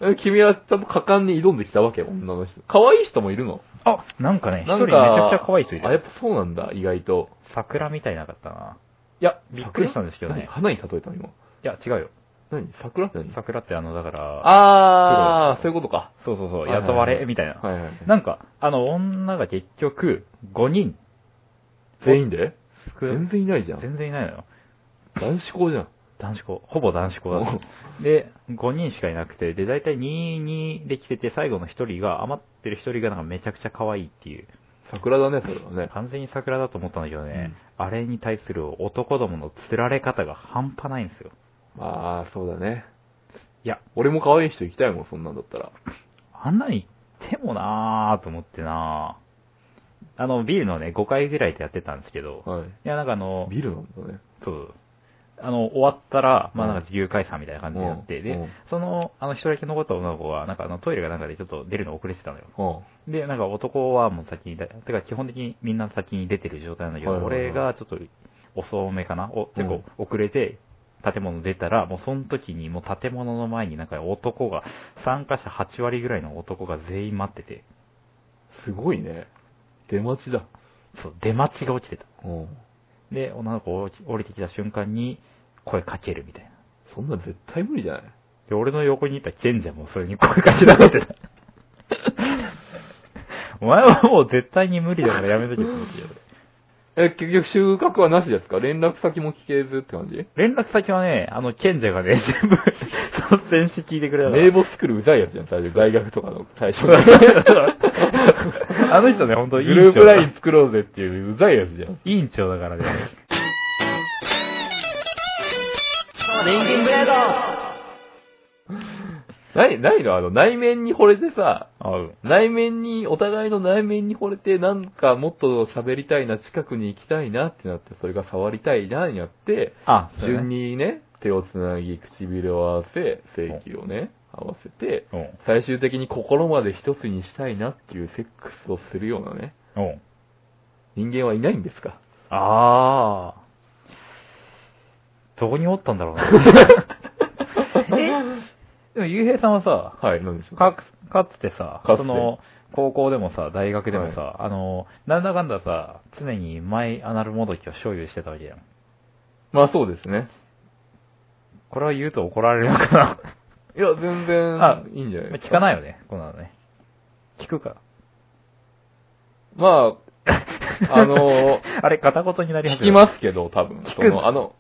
Speaker 2: え君はちゃんと果敢に挑んできたわけ女の人。可愛い人もいるの
Speaker 3: あ、なんかね、一
Speaker 2: な
Speaker 3: 人
Speaker 2: んか
Speaker 3: めちゃくちゃ可愛い人い。
Speaker 2: あ、やったぱそうなんだ、意外と。
Speaker 3: 桜みたいなかったな。
Speaker 2: いや、
Speaker 3: びっくりしたんですけどね
Speaker 2: 何花に例えたの今。
Speaker 3: いや、違うよ。
Speaker 2: 何桜って何
Speaker 3: 桜ってあの、だから、
Speaker 2: あー、そういうことか。
Speaker 3: そうそうそう、
Speaker 2: はいはいはい
Speaker 3: 雇われ、みたいな。
Speaker 2: はいはい。
Speaker 3: なんか、あの、女が結局、5人、
Speaker 2: 全員で
Speaker 3: 少
Speaker 2: 全然いないじゃん。
Speaker 3: 全然いないのよ。
Speaker 2: 男子校じゃん。
Speaker 3: 男子校、ほぼ男子校だった。で、5人しかいなくて、で、大体2、2で来てて、最後の1人が、余ってる1人がなんかめちゃくちゃ可愛いっていう、
Speaker 2: 桜だね、それはね。
Speaker 3: 完全に桜だと思ったんだけどね、あれに対する男どもの釣られ方が半端ないんですよ。
Speaker 2: まあ、そうだね。
Speaker 3: いや、
Speaker 2: 俺も可愛い人行きたいもん、そんなんだったら。
Speaker 3: あんなに行ってもなぁと思ってなぁ。あの、ビルのね、5回ぐらいでやってたんですけど、
Speaker 2: はい
Speaker 3: や、なんかあの
Speaker 2: い。、ビルなんだね。
Speaker 3: そう。あの、終わったら、まあ
Speaker 2: うん
Speaker 3: なんか自由解散みたいな感じになって、
Speaker 2: うん
Speaker 3: で、
Speaker 2: うん
Speaker 3: その、あの、一人だけ残った女の子は、なんかあの、トイレがなんかでちょっと出るの遅れてたのよ。
Speaker 2: うん。は
Speaker 3: で、なんか男はもう先に出、てか基本的にみんな先に出てる状態なんだけど、
Speaker 2: はいはいはい
Speaker 3: 俺がちょっと遅めかなお結
Speaker 2: うん
Speaker 3: 構遅れて、建物出たら、もうその時にもう建物の前になんか男が、参加者8割ぐらいの男が全員待ってて、
Speaker 2: すごいね。出待ちだ。
Speaker 3: そう、出待ちが落ちてた。
Speaker 2: うん。
Speaker 3: で、女の子が落ち降りてきた瞬間に声かけるみたいな。
Speaker 2: そんな絶対無理じゃない
Speaker 3: で、俺の横にいた賢者もそれに声かけら れてた。お前はもう絶対に無理だからやめとけって思ってたよ
Speaker 2: え、結局収穫はなしですか連絡先も聞けずって感じ
Speaker 3: 連絡先はね、あの、賢者がね、 全部、その選手聞いてくれたから
Speaker 2: 名簿作るうざいやつじゃん、最初。大学とかの最 初
Speaker 3: あの人ね、本当
Speaker 2: グ
Speaker 3: 委
Speaker 2: ル
Speaker 3: 員
Speaker 2: ープ
Speaker 3: 長だ
Speaker 2: ライン作ろうぜっていううざいやつじゃん。
Speaker 3: 委員長だからね。
Speaker 2: ない、ないのあの、内面に惚れてさ、
Speaker 3: あうん
Speaker 2: 内面に、お互いの内面に惚れて、なんかもっと喋りたいな、近くに行きたいなってなって、それが触りたいなになって、
Speaker 3: あ、そうだ
Speaker 2: 順
Speaker 3: ね。
Speaker 2: にね、手をつなぎ、唇を合わせ、性器をね、合わせて、
Speaker 3: うん。
Speaker 2: 最終的に心まで一つにしたいなっていうセックスをするようなね、
Speaker 3: うん。
Speaker 2: 人間はいないんですか
Speaker 3: あー。どこにおったんだろうな。えでも、ゆうへいさんはさ、
Speaker 2: はい、なんでしょう
Speaker 3: かかつてさ
Speaker 2: かつて
Speaker 3: その、高校でもさ、大学でもさ、あの、なんだかんださ、常にマイアナルもどきを所有してたわけやん。
Speaker 2: まあそうですね。
Speaker 3: これは言うと怒られるのかな。
Speaker 2: いや、全
Speaker 3: あ
Speaker 2: 然いいんじゃないですか。。
Speaker 3: 聞かないいよね、こんなのね。聞くか。
Speaker 2: まあ、あ の、
Speaker 3: あれ、片言になり始
Speaker 2: 聞
Speaker 3: め
Speaker 2: き
Speaker 3: る
Speaker 2: ますけど、多分。
Speaker 3: 聞く
Speaker 2: その、あの、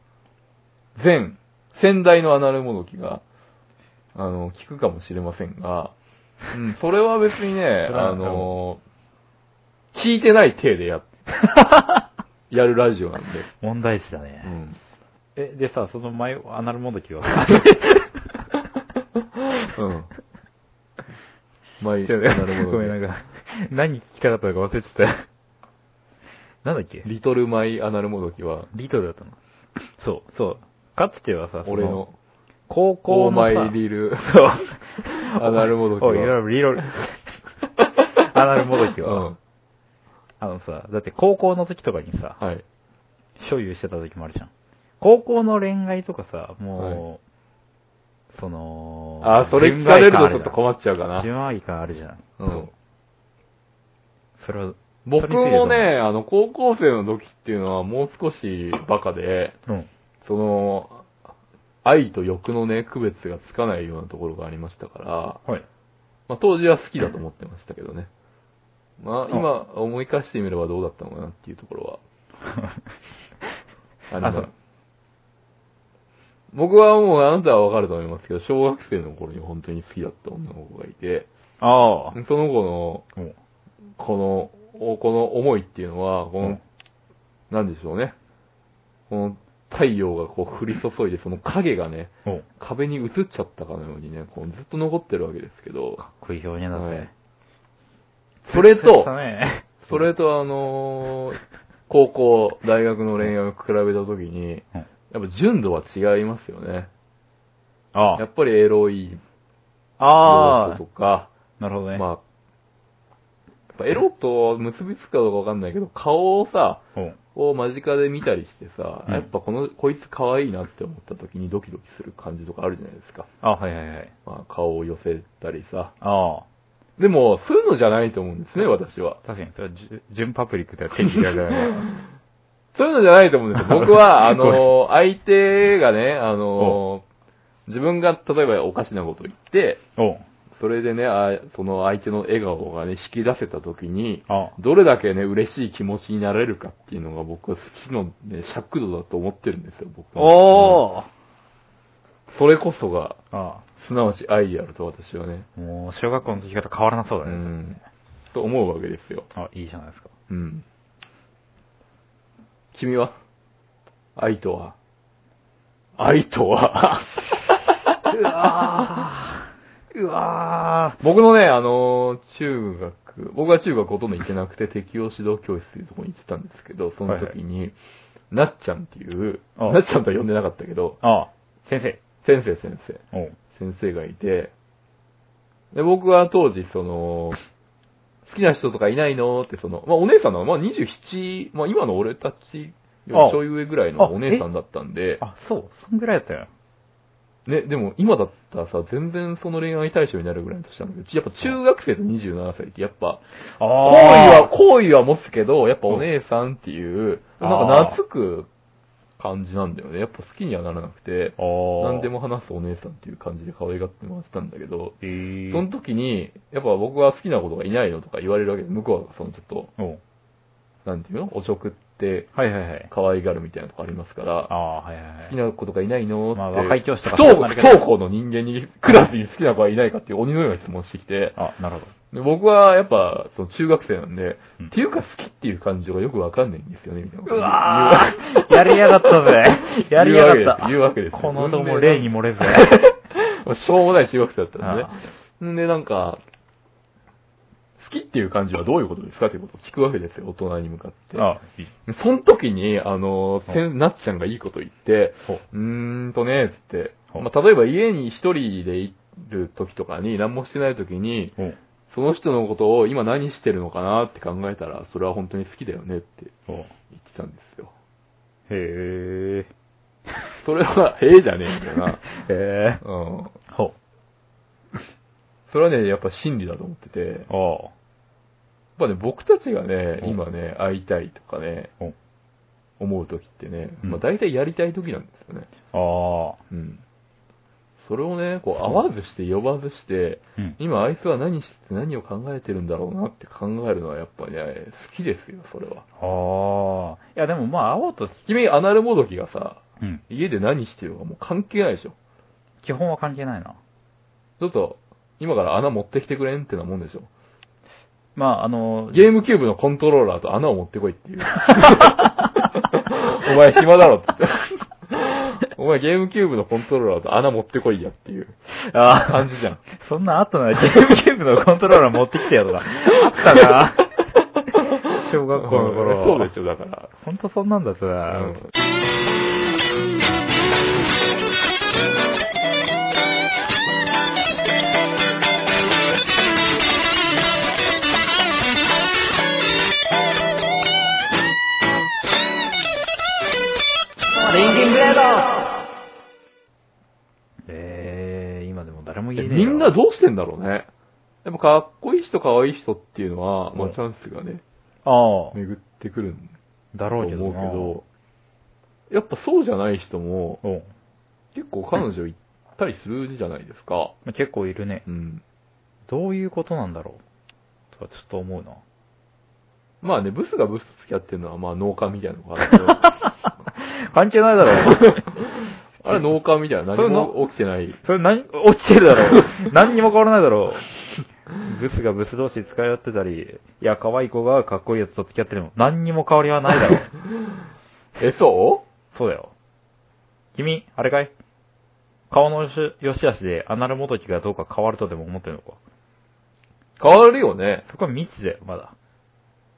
Speaker 2: 前、先代のアナルモドキが、あの、聞くかもしれませんが、うん、それは別にね、
Speaker 3: それは
Speaker 2: あの、聞いてない体で や、やるラジオなんで。
Speaker 3: 問題児だ
Speaker 2: う
Speaker 3: ね。
Speaker 2: ん。
Speaker 3: え、でさ、そのマイアナルもどきは、
Speaker 2: うん。まあ、いい
Speaker 3: ちょ っと
Speaker 2: アナルモ
Speaker 3: ご
Speaker 2: ド
Speaker 3: め
Speaker 2: キ
Speaker 3: ん、なんか、何聞きたかったのか忘れてた。 なんだっけ
Speaker 2: リトルマイアナルモドキは、
Speaker 3: リトルだったの。そう、そう。かつてはさ、そ
Speaker 2: 俺の、
Speaker 3: 高
Speaker 2: オー
Speaker 3: 校の
Speaker 2: マ
Speaker 3: さ、
Speaker 2: イリ ル、アナルモドキ
Speaker 3: おい、い
Speaker 2: は、
Speaker 3: ろいろリロ ル。アナルもどきは、
Speaker 2: うん
Speaker 3: あのさ、だって高校の時とかにさ、
Speaker 2: はい。
Speaker 3: 所有してた時もあるじゃん。高校の恋愛とかさ、もう、その、
Speaker 2: あ、それ聞かれるとちょっと困っちゃうかな。
Speaker 3: 純愛感あるじゃん。
Speaker 2: うん。
Speaker 3: それは、
Speaker 2: 僕も
Speaker 3: それに
Speaker 2: ね、あの、高校生の時っていうのはもう少しバカで、
Speaker 3: ついてどう思う、うん。
Speaker 2: その、愛と欲のね、区別がつかないようなところがありましたから、
Speaker 3: はい。
Speaker 2: まあ当時は好きだと思ってましたけどね。まあ今思い返してみればどうだったのかなっていうところは。あ
Speaker 3: あそ
Speaker 2: の
Speaker 3: う
Speaker 2: 僕はもうあなたはわかると思いますけど、小学生の頃に本当に好きだった女の子がいて、
Speaker 3: あ
Speaker 2: その子の
Speaker 3: あ。うん。
Speaker 2: この、おこの思いっていうのは、この、
Speaker 3: うん
Speaker 2: なんでしょうね。この太陽がこう降り注いで、その影がね、
Speaker 3: うん。
Speaker 2: 壁に映っちゃったかのようにね、こうずっと残ってるわけですけど、
Speaker 3: かっこいい表現だ
Speaker 2: は
Speaker 3: ね
Speaker 2: い。それ と、
Speaker 3: ね、
Speaker 2: それとあのー高校、大学の恋愛を比べたときに、
Speaker 3: うん
Speaker 2: やっぱ純度は違いますよね。
Speaker 3: あ
Speaker 2: やっぱりエロい
Speaker 3: あ。あ
Speaker 2: 要
Speaker 3: あ
Speaker 2: 素と。か、
Speaker 3: なるほどね。
Speaker 2: まあ、やっぱエロと結びつくかどうかわかんないけど、顔をさ、
Speaker 3: うん。
Speaker 2: を間近で見たりしてさ、
Speaker 3: うん
Speaker 2: やっぱこの、こいつ可愛いなって思った時にドキドキする感じとかあるじゃないですか。
Speaker 3: あはいはいはい。
Speaker 2: まあ、顔を寄せたりさ。
Speaker 3: あ
Speaker 2: でも、そういうのじゃないと思うんですね、私は
Speaker 3: あ。。確かに、それは、じゅ純パプリックでは天気がじゃ ない。
Speaker 2: そういうのじゃないと思うんです よ。僕は、あの、相手がね、あの、自分が例えばおかしなこと言って、
Speaker 3: おう。
Speaker 2: それでね、あその相手の笑顔がね、引き出せた時に、
Speaker 3: あ
Speaker 2: どれだけね、嬉しい気持ちになれるかっていうのが僕は好きのね、尺度だと思ってるんですよ、僕は
Speaker 3: おー
Speaker 2: それこそが、
Speaker 3: あ
Speaker 2: すなわち愛であると私はね、
Speaker 3: あ。もう、小学校の時から変わらなそうだ
Speaker 2: う
Speaker 3: ね。
Speaker 2: ん、と思うわけですよ。
Speaker 3: あ、いいじゃないですか。
Speaker 2: うん。君は愛とは愛と は
Speaker 3: うわーうわ
Speaker 2: 僕のね、あの、中学、僕は中学ほとんど行けなくて、適応指導教室というところに行ってたんですけど、その時に、なっちゃんっていう、
Speaker 3: ああ
Speaker 2: なっちゃんとは呼んでなかったけど、
Speaker 3: ああ、先生。
Speaker 2: 先生先生。
Speaker 3: おう。
Speaker 2: 先生がいて、で、僕は当時、その、好きな人とかいないのって、その、まあ、お姉さんの、まあ、27、まあ、今の俺たちよりちょい上ぐらいのお姉さんだったんで、
Speaker 3: あ、そう、そんぐらいだったよ。
Speaker 2: ね、でも今だったらさ、全然その恋愛対象になるぐらいの年なんだけど、やっぱ中学生と27歳ってやっぱ、
Speaker 3: あ
Speaker 2: 好意は、好意は持つけど、やっぱお姉さんっていう、
Speaker 3: うん
Speaker 2: なんか懐く感じなんだよね。やっぱ好きにはならなくて、
Speaker 3: ああ。
Speaker 2: 何で。も話すお姉さんっていう感じで可愛がってもらってたんだけど、
Speaker 3: えー、
Speaker 2: その時に、やっぱ僕は好きなことがいないのとか言われるわけで、向こうはそのちょっと、
Speaker 3: おう
Speaker 2: なんていうのお食って
Speaker 3: はいはいはい。
Speaker 2: 可愛がるみたいなとこありますから、
Speaker 3: ああ、はいはい
Speaker 2: 好
Speaker 3: は
Speaker 2: き
Speaker 3: い。
Speaker 2: な子とかいないのって、
Speaker 3: まあ、若い教師と
Speaker 2: 不
Speaker 3: か
Speaker 2: 登
Speaker 3: そうな
Speaker 2: 不
Speaker 3: るけど
Speaker 2: 登校の人間に、クラスに好きな子はいないかっていう鬼のような質問してきて、
Speaker 3: あ、なるほど。
Speaker 2: で僕はやっぱ、その中学生なんで、
Speaker 3: うん
Speaker 2: っていうか好きっていう感情がよくわかんないんですよね、みたいなこと
Speaker 3: う
Speaker 2: 言。
Speaker 3: わーやりやがった ぜ。やりやがった。
Speaker 2: 言うわけです
Speaker 3: この男も例に漏れず。
Speaker 2: もうしょうもない中学生だったんで
Speaker 3: あ
Speaker 2: ね。んで、なんか、好きっていう感情はどういうことですかっていうことを聞くわけですよ、大人に向かって。
Speaker 3: あ、いい。
Speaker 2: その時に、あの、
Speaker 3: うん
Speaker 2: せんなっちゃんがいいこと言って、
Speaker 3: ほう
Speaker 2: うーんとね、つって、
Speaker 3: うん
Speaker 2: まあ、例えば家に一人でいる時とかに、何もしてない時に、
Speaker 3: ほう
Speaker 2: その人のことを今何してるのかなって考えたら、それは本当に好きだよねって
Speaker 3: ほう
Speaker 2: 言ってたんですよ。
Speaker 3: へえ。
Speaker 2: それ は、ええじゃねえみたいな。
Speaker 3: へえ。
Speaker 2: うん。
Speaker 3: ほ
Speaker 2: それはね、やっぱ真理だと思ってて、やっ
Speaker 3: う。お
Speaker 2: ぱね、僕たちがね、
Speaker 3: うん
Speaker 2: 今ね、会いたいとかね
Speaker 3: うん、
Speaker 2: 思う時ってね、
Speaker 3: うん
Speaker 2: まあ大体やりたい時なんですよね。
Speaker 3: う。ああ。
Speaker 2: うん。それをね、こう、会わずして呼ばずして、
Speaker 3: うん。
Speaker 2: 今あいつは何して何を考えてるんだろうなって考えるのはやっぱね、好きですよ、それは。
Speaker 3: ああ。いや、でもまあ、会おうと、
Speaker 2: 君、アナルモドキがさ、
Speaker 3: うん。
Speaker 2: 家で何してようがもう関係ないでしょ。
Speaker 3: 基本は関係ないな。
Speaker 2: ちょっと、今から穴持ってきてくれんってなもんでしょ。
Speaker 3: まあ、あの、
Speaker 2: ゲームキューブのコントローラーと穴を持ってこいっていう。 お前暇だろって言って。お前ゲームキューブのコントローラーと穴持ってこいやっていう
Speaker 3: あー
Speaker 2: 感じじゃん。
Speaker 3: そんなあったな、 ゲームキューブのコントローラー持ってきてよとか。あったな。 小学校の頃。
Speaker 2: そうでしょ、だから。
Speaker 3: ほんとそんなんだったな。えー、今でも誰も言えねえ
Speaker 2: み
Speaker 3: よ
Speaker 2: んなどうしてんだろうね。やっぱかっこいい人、かわいい人っていうのは、まあ
Speaker 3: うん
Speaker 2: チャンスがね、
Speaker 3: ああ、
Speaker 2: 巡ってくるん
Speaker 3: だ
Speaker 2: だと
Speaker 3: ろう
Speaker 2: 思
Speaker 3: けど
Speaker 2: う
Speaker 3: な
Speaker 2: けど、やっぱそうじゃない人も、
Speaker 3: うん
Speaker 2: 結構彼女行ったりするじゃないですか。
Speaker 3: まあ結構いるね。
Speaker 2: うん。
Speaker 3: どういうことなんだろうとはちょっと思うな。
Speaker 2: まあね、ブスがブスと付き合ってるのは、まあ農家みたいなのがあるけど、
Speaker 3: 関係ないだろう。
Speaker 2: あれ農家みたいな、
Speaker 3: それ
Speaker 2: 何も起きてない。
Speaker 3: それ何、落ちてるだろ う。何にも変わらないだろう。ブスがブス同士使い合ってたり、いや、可愛い子がかっこいいやつと付き合ってるも、何にも変わりはないだろう。
Speaker 2: え、そ
Speaker 3: そうだよ。君、あれかい顔のよし良し悪しでアナルモドキがどうか変わるとでも思ってるのか。
Speaker 2: う変わるよね。
Speaker 3: そこは未知だよ、まだ。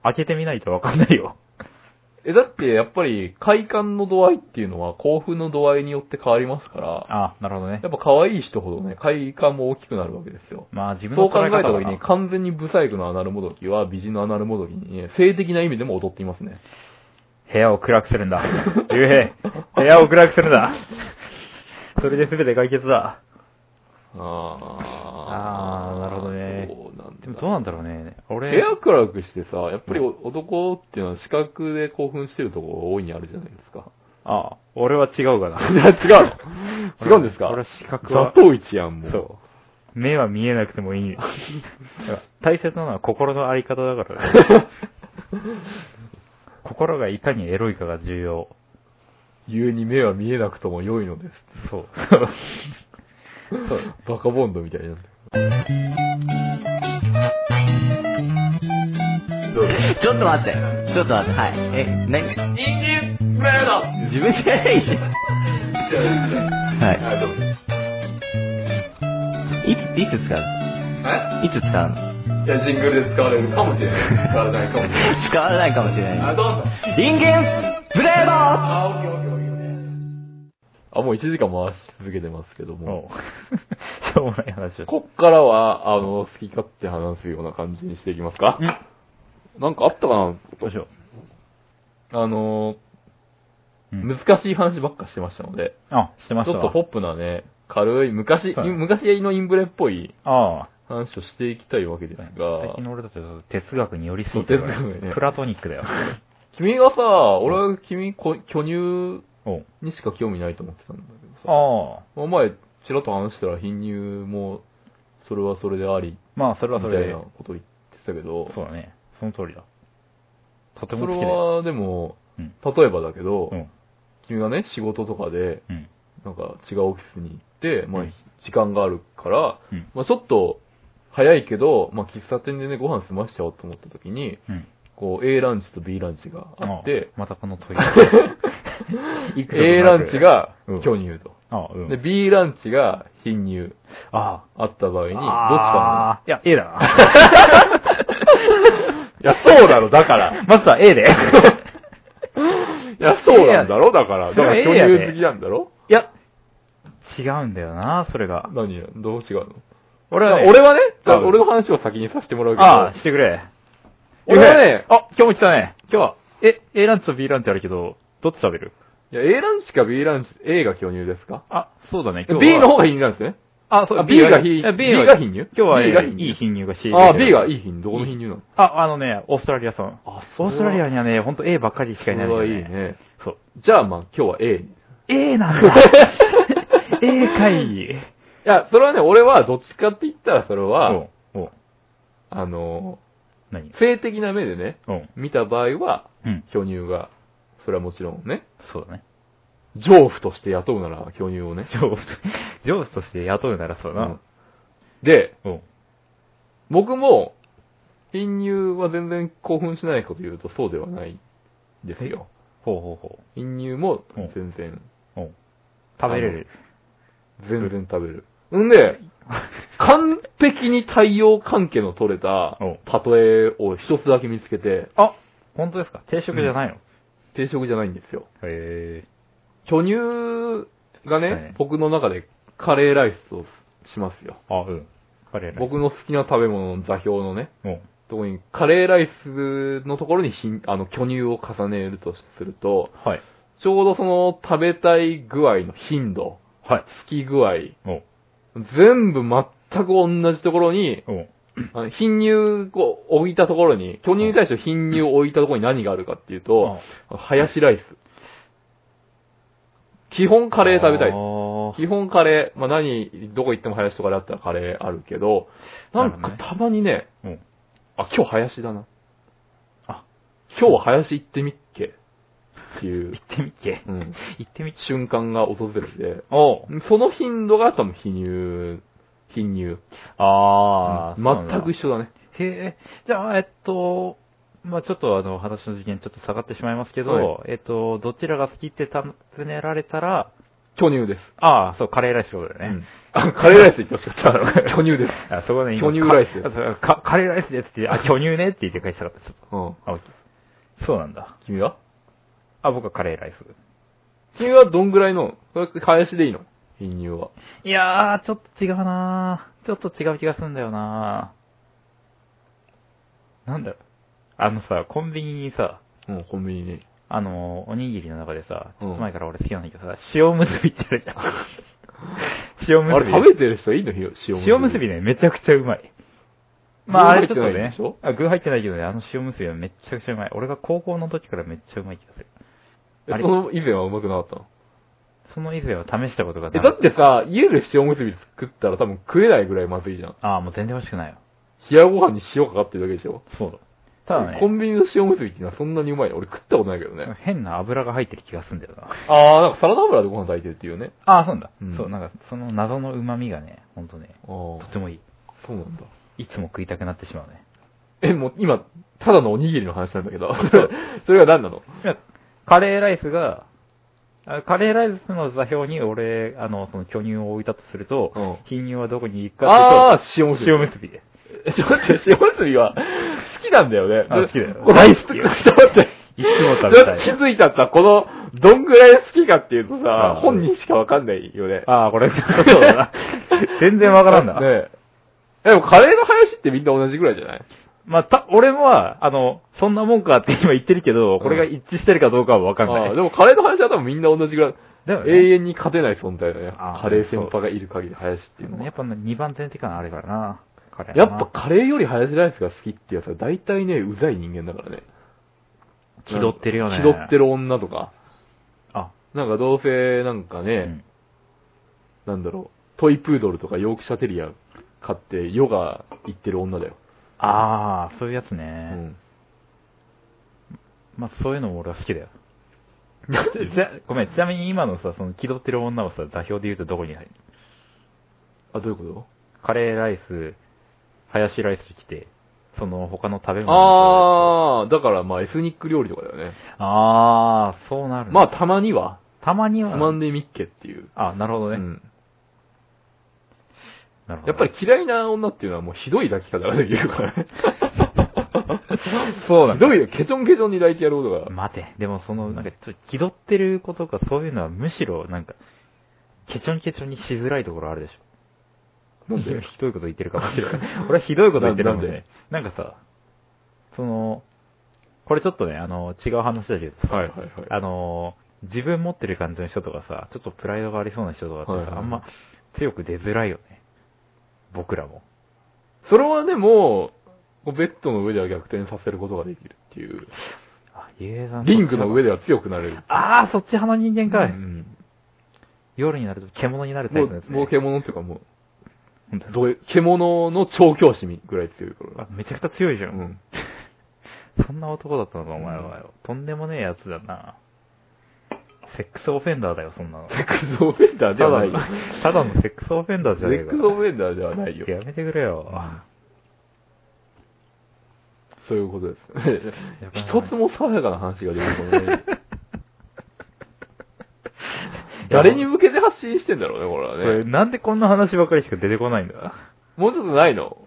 Speaker 3: 開けてみないとわかんないよ。
Speaker 2: え、だってやっぱり快感の度合いっていうのは興奮の度合いによって変わりますから、
Speaker 3: あなるほどね
Speaker 2: や。っぱ可愛い人ほどね、快感も大きくなるわけですよ。
Speaker 3: まあ自分
Speaker 2: そ
Speaker 3: の
Speaker 2: う考えた
Speaker 3: だ
Speaker 2: とき
Speaker 3: な
Speaker 2: に、完全にブサイクのアナルモドキは美人のアナルモドキに、性的な意味でも劣っていますね。
Speaker 3: 部屋を暗くするんだ。ゆうへい、部屋を暗くするん だ。それで全て解決だ。
Speaker 2: あ
Speaker 3: あーなるほどね
Speaker 2: そうなんだ。
Speaker 3: でもどうなんだろうね。俺、
Speaker 2: 部屋暗くしてさ、やっぱりお男っていうのは視覚で興奮してるところ大いにあるじゃないです か。
Speaker 3: ああ、俺は違うかな。
Speaker 2: いや、違うの違うんですか
Speaker 3: 俺は視覚
Speaker 2: 雑
Speaker 3: は、
Speaker 2: 踏一やん、もう。
Speaker 3: そ目は見えなくてもいい。大切なのは心のあり方だから ね、心がいかにエロいかが重要。
Speaker 2: 言うに目は見えなくとも良いのです。
Speaker 3: そう。
Speaker 2: バカボンドみたいになって
Speaker 4: ちょっと待って。ちょっと待って。はい。え、何人間ブレード自分じゃないじゃん。はい。いつ、いつ使ういつ使うの
Speaker 2: いや、ジングルで使われるかもしれない。使われないかもしれない。
Speaker 4: 使わないかもしれない。
Speaker 2: どうぞ。
Speaker 4: 人間ブレード
Speaker 2: あ、オッケーオッケーオッケー。あ、もう1時間回し続けてますけども。
Speaker 3: もう、 しょうもない話を。
Speaker 2: こっからは、あの、好き勝手話すような感じにしていきますか。なんかあったかな
Speaker 3: どうしよ
Speaker 2: あの、
Speaker 3: うん
Speaker 2: 難しい話ばっかしてましたので、
Speaker 3: あ、してま
Speaker 2: ち
Speaker 3: した
Speaker 2: ょっ
Speaker 3: わ
Speaker 2: とポップなね、軽い、昔、
Speaker 3: そう
Speaker 2: 昔のインブレっぽい
Speaker 3: ああ。
Speaker 2: 話をしていきたいわけです
Speaker 3: 最
Speaker 2: が
Speaker 3: 近、の俺たちは哲学に寄り添ってるから
Speaker 2: そう哲学ね
Speaker 3: プラトニックだよ。
Speaker 2: 君がさ、俺は君、こ巨乳
Speaker 3: おう
Speaker 2: にしか興味ないと思ってたんだけどさ、
Speaker 3: ああ。
Speaker 2: お前、ちらっと話したら貧乳も、それはそれであり、
Speaker 3: まあ、それ
Speaker 2: み
Speaker 3: はそ
Speaker 2: た
Speaker 3: れ
Speaker 2: い
Speaker 3: で
Speaker 2: な。こと言ってたけど、
Speaker 3: そうだね。その通りだ。とて
Speaker 2: そ
Speaker 3: も好
Speaker 2: れ
Speaker 3: きだよ。
Speaker 2: はでも、
Speaker 3: うん。
Speaker 2: 例えばだけど、
Speaker 3: うん。
Speaker 2: 君がね、仕事とかで、
Speaker 3: うん。
Speaker 2: なんか違うオフィスに行って、まあ
Speaker 3: うん、
Speaker 2: 時間があるから、
Speaker 3: うん
Speaker 2: まあ、ちょっと早いけど、まあ、喫茶店でね、ご飯済ましちゃおうと思った時に、
Speaker 3: うん。
Speaker 2: こう、A ランチと B ランチがあって、
Speaker 3: またこの 問いだね。いくつもなく
Speaker 2: A ランチが
Speaker 3: うん
Speaker 2: 巨乳と、
Speaker 3: ああ、うん。
Speaker 2: で、B ランチが貧乳
Speaker 3: あ
Speaker 2: あった場合に、
Speaker 3: あ。
Speaker 2: どっちか
Speaker 3: ああ。いや、A だな。
Speaker 2: なの いや、そうだろ、だから。
Speaker 3: まずは A で。
Speaker 2: いや、 そうなんだろ、だから。だから巨乳好きなんだろ
Speaker 3: いや、違うんだよな、それが。
Speaker 2: 何どう違うの
Speaker 3: 俺はね、
Speaker 2: 俺はね、じゃあ
Speaker 3: 多分
Speaker 2: 俺の話を先にさせてもらうけど、
Speaker 3: ああ、してくれ。
Speaker 2: 俺はね
Speaker 3: あ、今日も来たね。今日は、え、A ランチと B ランチあるけど、どっち食べる
Speaker 2: いや、A ランチか B ランチ、A が巨乳ですか
Speaker 3: あ、そうだね。今日は
Speaker 2: ?B の方が貧乳なんですね。
Speaker 3: あ、そ
Speaker 2: あ
Speaker 3: う、
Speaker 2: B が貧
Speaker 3: いや B
Speaker 2: B が貧乳
Speaker 3: 今日は
Speaker 2: B が貧乳
Speaker 3: いい貧乳が C
Speaker 2: ああ、B がい
Speaker 3: い。
Speaker 2: い貧乳、どこの貧乳なの
Speaker 3: あ、あのね、オーストラリア産。
Speaker 2: あ
Speaker 3: オーストラリア
Speaker 2: に
Speaker 3: にはね、ほんと A ばっかりし
Speaker 2: そ
Speaker 3: か
Speaker 2: れ
Speaker 3: いないんだ
Speaker 2: は
Speaker 3: よ
Speaker 2: いいね。
Speaker 3: そう。
Speaker 2: じゃあまあ今日は A に。い
Speaker 3: A な んだ。A かい。
Speaker 2: や、それはね、俺はどっちかって言ったらそれは、
Speaker 3: おう、おう、
Speaker 2: あの、
Speaker 3: 何
Speaker 2: 性的な目でね、
Speaker 3: おう、
Speaker 2: 見た場合は、
Speaker 3: うん。
Speaker 2: 巨乳が、それはもちろんね、
Speaker 3: そうだね。
Speaker 2: 丈夫として雇うなら巨乳をね。
Speaker 3: 上司と、上司として雇うならそうだ
Speaker 2: うん
Speaker 3: な。
Speaker 2: で、
Speaker 3: おう。
Speaker 2: 僕も、貧乳は全然興奮しないかというとそうではないですよ。
Speaker 3: ほうほうほ
Speaker 2: 貧乳も全然、
Speaker 3: う。おう。食べれる。
Speaker 2: 全然食べる。んで、完璧に太陽関係の取れた
Speaker 3: おう
Speaker 2: 例えを一つだけ見つけて、
Speaker 3: あ、本当ですか定食じゃないの、
Speaker 2: 定食じゃないんですよ。
Speaker 3: へえ。
Speaker 2: 巨乳がね、
Speaker 3: はい
Speaker 2: 僕の中でカレーライスをしますよ。
Speaker 3: あ、うん。カレーライス。
Speaker 2: 僕の好きな食べ物の座標のね、
Speaker 3: うん。
Speaker 2: とこにカレーライスのところにひんあの巨乳を重ねるとすると、
Speaker 3: はい。
Speaker 2: ちょうどその食べたい具合の頻度、
Speaker 3: はい。
Speaker 2: 好き具合、
Speaker 3: おう。
Speaker 2: 全部全く同じところに、
Speaker 3: おう。
Speaker 2: あの貧乳を置いたところに、巨乳に対して貧乳を置いたところに何があるかっていうと、ハヤシライス。基本カレー食べたいで
Speaker 3: あ
Speaker 2: す。
Speaker 3: ー
Speaker 2: 基本カレー、まあ、何、どこ行ってもハヤシとかであったらカレーあるけど、なん
Speaker 3: なる
Speaker 2: か
Speaker 3: ほど
Speaker 2: たまにね、
Speaker 3: うん。
Speaker 2: あ、今日ハヤシだな。
Speaker 3: あ、
Speaker 2: 今日はハヤシ行ってみっけっていう
Speaker 3: 行、ってみっけ。
Speaker 2: うん、
Speaker 3: 行ってみっけ。
Speaker 2: 瞬間が訪れて、
Speaker 3: おう。
Speaker 2: その頻度が多分貧乳、貧乳。
Speaker 3: ああ、
Speaker 2: うん全く
Speaker 3: 緒。
Speaker 2: 一緒だね。
Speaker 3: へえ。じゃあ、えっと、まあちょっとあの、話の次元ちょっと下がってしまいますけど、
Speaker 2: は
Speaker 3: えっと、どちらが好きって尋ねられたら、
Speaker 2: 巨乳です。
Speaker 3: ああ、そう、カレーライスってことだ
Speaker 2: う
Speaker 3: よね
Speaker 2: ん。あカレーライス言ってほしかった。巨乳です。
Speaker 3: あ、そこね、今
Speaker 2: 巨乳ライスです
Speaker 3: かあそうかカレーライスですって、あ、巨乳ねって言って返したかった。ちょっ
Speaker 2: うん。
Speaker 3: とあ、そうなんだ。
Speaker 2: 君は
Speaker 3: あ、僕はカレーライス。
Speaker 2: 君はどんぐらいの、それ林でいいの貧乳は。
Speaker 3: いやー、ちょっと違うなーちょっと違う気がするんだよなーなんだろう、あのさ、コンビニにさ、
Speaker 2: うん、コンビニに。
Speaker 3: あのー、おにぎりの中でさ、ち
Speaker 2: うん
Speaker 3: ょっと前から俺好きなんだけどさ、塩むすびって あるじゃん。塩
Speaker 2: あ
Speaker 3: む
Speaker 2: れ
Speaker 3: す
Speaker 2: 食
Speaker 3: び。
Speaker 2: べてる人いいの塩むすび。
Speaker 3: 塩むすびね、めちゃくちゃうまい。まあ、あれちょっと
Speaker 2: 具入ってない
Speaker 3: ね
Speaker 2: でしょ、
Speaker 3: あ具入ってないけどね、あの塩むすびはめちゃくちゃうまい。俺が高校の時からめっちゃうまい気がする。
Speaker 2: え
Speaker 3: あれ
Speaker 2: その以前はうまくなかったの
Speaker 3: その以前は試したことが
Speaker 2: え、
Speaker 3: な
Speaker 2: だ
Speaker 3: か
Speaker 2: っ
Speaker 3: った。
Speaker 2: てさ、家で塩むすび作ったら多分食えないぐらいまずいじゃん。
Speaker 3: ああ、もう全然欲しくないよ。
Speaker 2: 冷やご飯に塩かかってるだけでしょ
Speaker 3: そうだ。ただね
Speaker 2: コ、ンビニの塩むすびってのはそんなにうまいの俺食ったことないけどね。
Speaker 3: 変な油が入ってる気がするんだよな。
Speaker 2: あー、なんかサラダ油でご飯炊いてるっていうね。
Speaker 3: ああ、そうなんだ、
Speaker 2: うん
Speaker 3: そう、なんか、その謎の旨味がね、ほんとね、
Speaker 2: あー
Speaker 3: と、てもいい。
Speaker 2: そうなんだ。
Speaker 3: いつも食いたくなってしまうね。
Speaker 2: え、もう今、ただのおにぎりの話なんだけど。それが何なの
Speaker 3: いや、カレーライスが、あカレーライスの座標に俺、あの、その巨乳を置いたとすると、
Speaker 2: うん
Speaker 3: 貧乳はどこに行くか
Speaker 2: あー、塩む
Speaker 3: っ
Speaker 2: す
Speaker 3: て
Speaker 2: び。
Speaker 3: いうと、塩結びで。
Speaker 2: えちょっと待って、塩むすびは好きなんだよね。
Speaker 3: あ好きだよ
Speaker 2: 大好き。ちょっと待って。
Speaker 3: いつも食べたい
Speaker 2: ちょっと気づいちゃった。この、どんぐらい好きかっていうとさ
Speaker 3: う、ん
Speaker 2: 本人しかわかんないよね。
Speaker 3: ああ、これ、そう だな。全然わからんだ。
Speaker 2: ねえ。でもカレーの林ってみんな同じぐらいじゃない
Speaker 3: まあ、た、俺は、あの、そんなもんかって今言ってるけど、これが一致してるかどうかはわかんない。
Speaker 2: あーでもカレーの林は多分みんな同じぐらい、
Speaker 1: だよね。
Speaker 2: 永遠に勝てない存在だね
Speaker 3: あ。ー
Speaker 2: カレー先輩がいる限り林っていうのは。
Speaker 1: やっぱ2番前提感あるからな。彼
Speaker 2: や
Speaker 1: は
Speaker 2: っ
Speaker 1: な
Speaker 2: ぱカレーより林ライスが好きってやつは大体ね、うざい人間だからね。
Speaker 3: 気取ってるよね。
Speaker 2: 気取ってる女とか。
Speaker 3: あ、
Speaker 2: なんかどうせ、なんか
Speaker 3: う
Speaker 2: ね
Speaker 3: ん、。
Speaker 2: なんだろう、トイプードルとかヨークシャテリア買ってヨガ行ってる女だよ。
Speaker 3: ああ、そういうやつね。
Speaker 2: うん。
Speaker 3: まあ、そういうのも俺は好きだよ。じゃ、ごめん、ちなみに今のさ、その気取ってる女はさ、座標で言うとどこに入る
Speaker 2: あ、どういうこ
Speaker 3: カレーライス、ハヤシライス来て、その他の食べ
Speaker 2: と
Speaker 3: 物の
Speaker 2: あー、だからまあエスニック料理とかだよね。
Speaker 3: あー、そうなるね
Speaker 2: まあ、たまには、
Speaker 3: たまに
Speaker 2: つ
Speaker 3: は。
Speaker 2: まんでみっけっていう。
Speaker 3: あ、なるほど
Speaker 2: う
Speaker 3: ね。
Speaker 2: ん。
Speaker 3: なるほど。
Speaker 2: やっぱり、嫌いな女っていうのはもうひどい抱き方ができるからね。
Speaker 3: そうなん
Speaker 2: ひ
Speaker 3: だ
Speaker 2: どいよ。ケチョンケチョンに抱いてやることが。
Speaker 3: 待て、でもその、なんか、ちょっと気取ってる子とかそういうのはむしろ、なんか、ケチョンケチョンにしづらいところあるでしょ。
Speaker 2: なんで
Speaker 3: ひどいこと言ってるかもしれない。 俺はひどいこと言ってるもん
Speaker 2: ななん
Speaker 3: ね。なんかさ、その、これちょっとね、あの、違う話だけどさ、
Speaker 2: はいはいはい。
Speaker 3: あの、自分持ってる感じの人とかさ、ちょっとプライドがありそうな人とかってさ、
Speaker 2: はいはいはい
Speaker 3: あんま強く出づらいよね。僕らも。
Speaker 2: それはでも、こうベッドの上では逆転させることができるっていう。
Speaker 3: あ、ゆえさん
Speaker 2: リングの上
Speaker 3: で。
Speaker 2: では強くなれる。
Speaker 3: ああ、そっち派の人間かい。
Speaker 2: うん
Speaker 3: 夜になると獣になるタ
Speaker 2: も
Speaker 3: イプのやつ、
Speaker 2: う、
Speaker 3: ね。
Speaker 2: もう獣っていうかも
Speaker 3: 本当
Speaker 2: う、どういう獣の調教師ぐらい強いから
Speaker 3: あ。めちゃくちゃ強いじゃん。
Speaker 2: うん。
Speaker 3: そんな男だったのか、お前はよ。とんでもねえやつだな。セックスオフェンダーだよ、そ んなの。
Speaker 2: セックスオフェンダーではないよ。
Speaker 3: ただのただのセックスオフェンダー
Speaker 2: セ
Speaker 3: じゃねえ
Speaker 2: ッ
Speaker 3: か
Speaker 2: クスオフェンダーではないよ。
Speaker 3: やめてくれよ。
Speaker 2: そういうことです。
Speaker 3: やばい
Speaker 2: 一つも爽やかな話が出てこない。 誰に向けて発信してんだろうね、こ
Speaker 3: こ
Speaker 2: れは
Speaker 3: れ
Speaker 2: ね。
Speaker 3: なんでこんな話ばかりしか出てこないんだ
Speaker 2: もうちょっとないの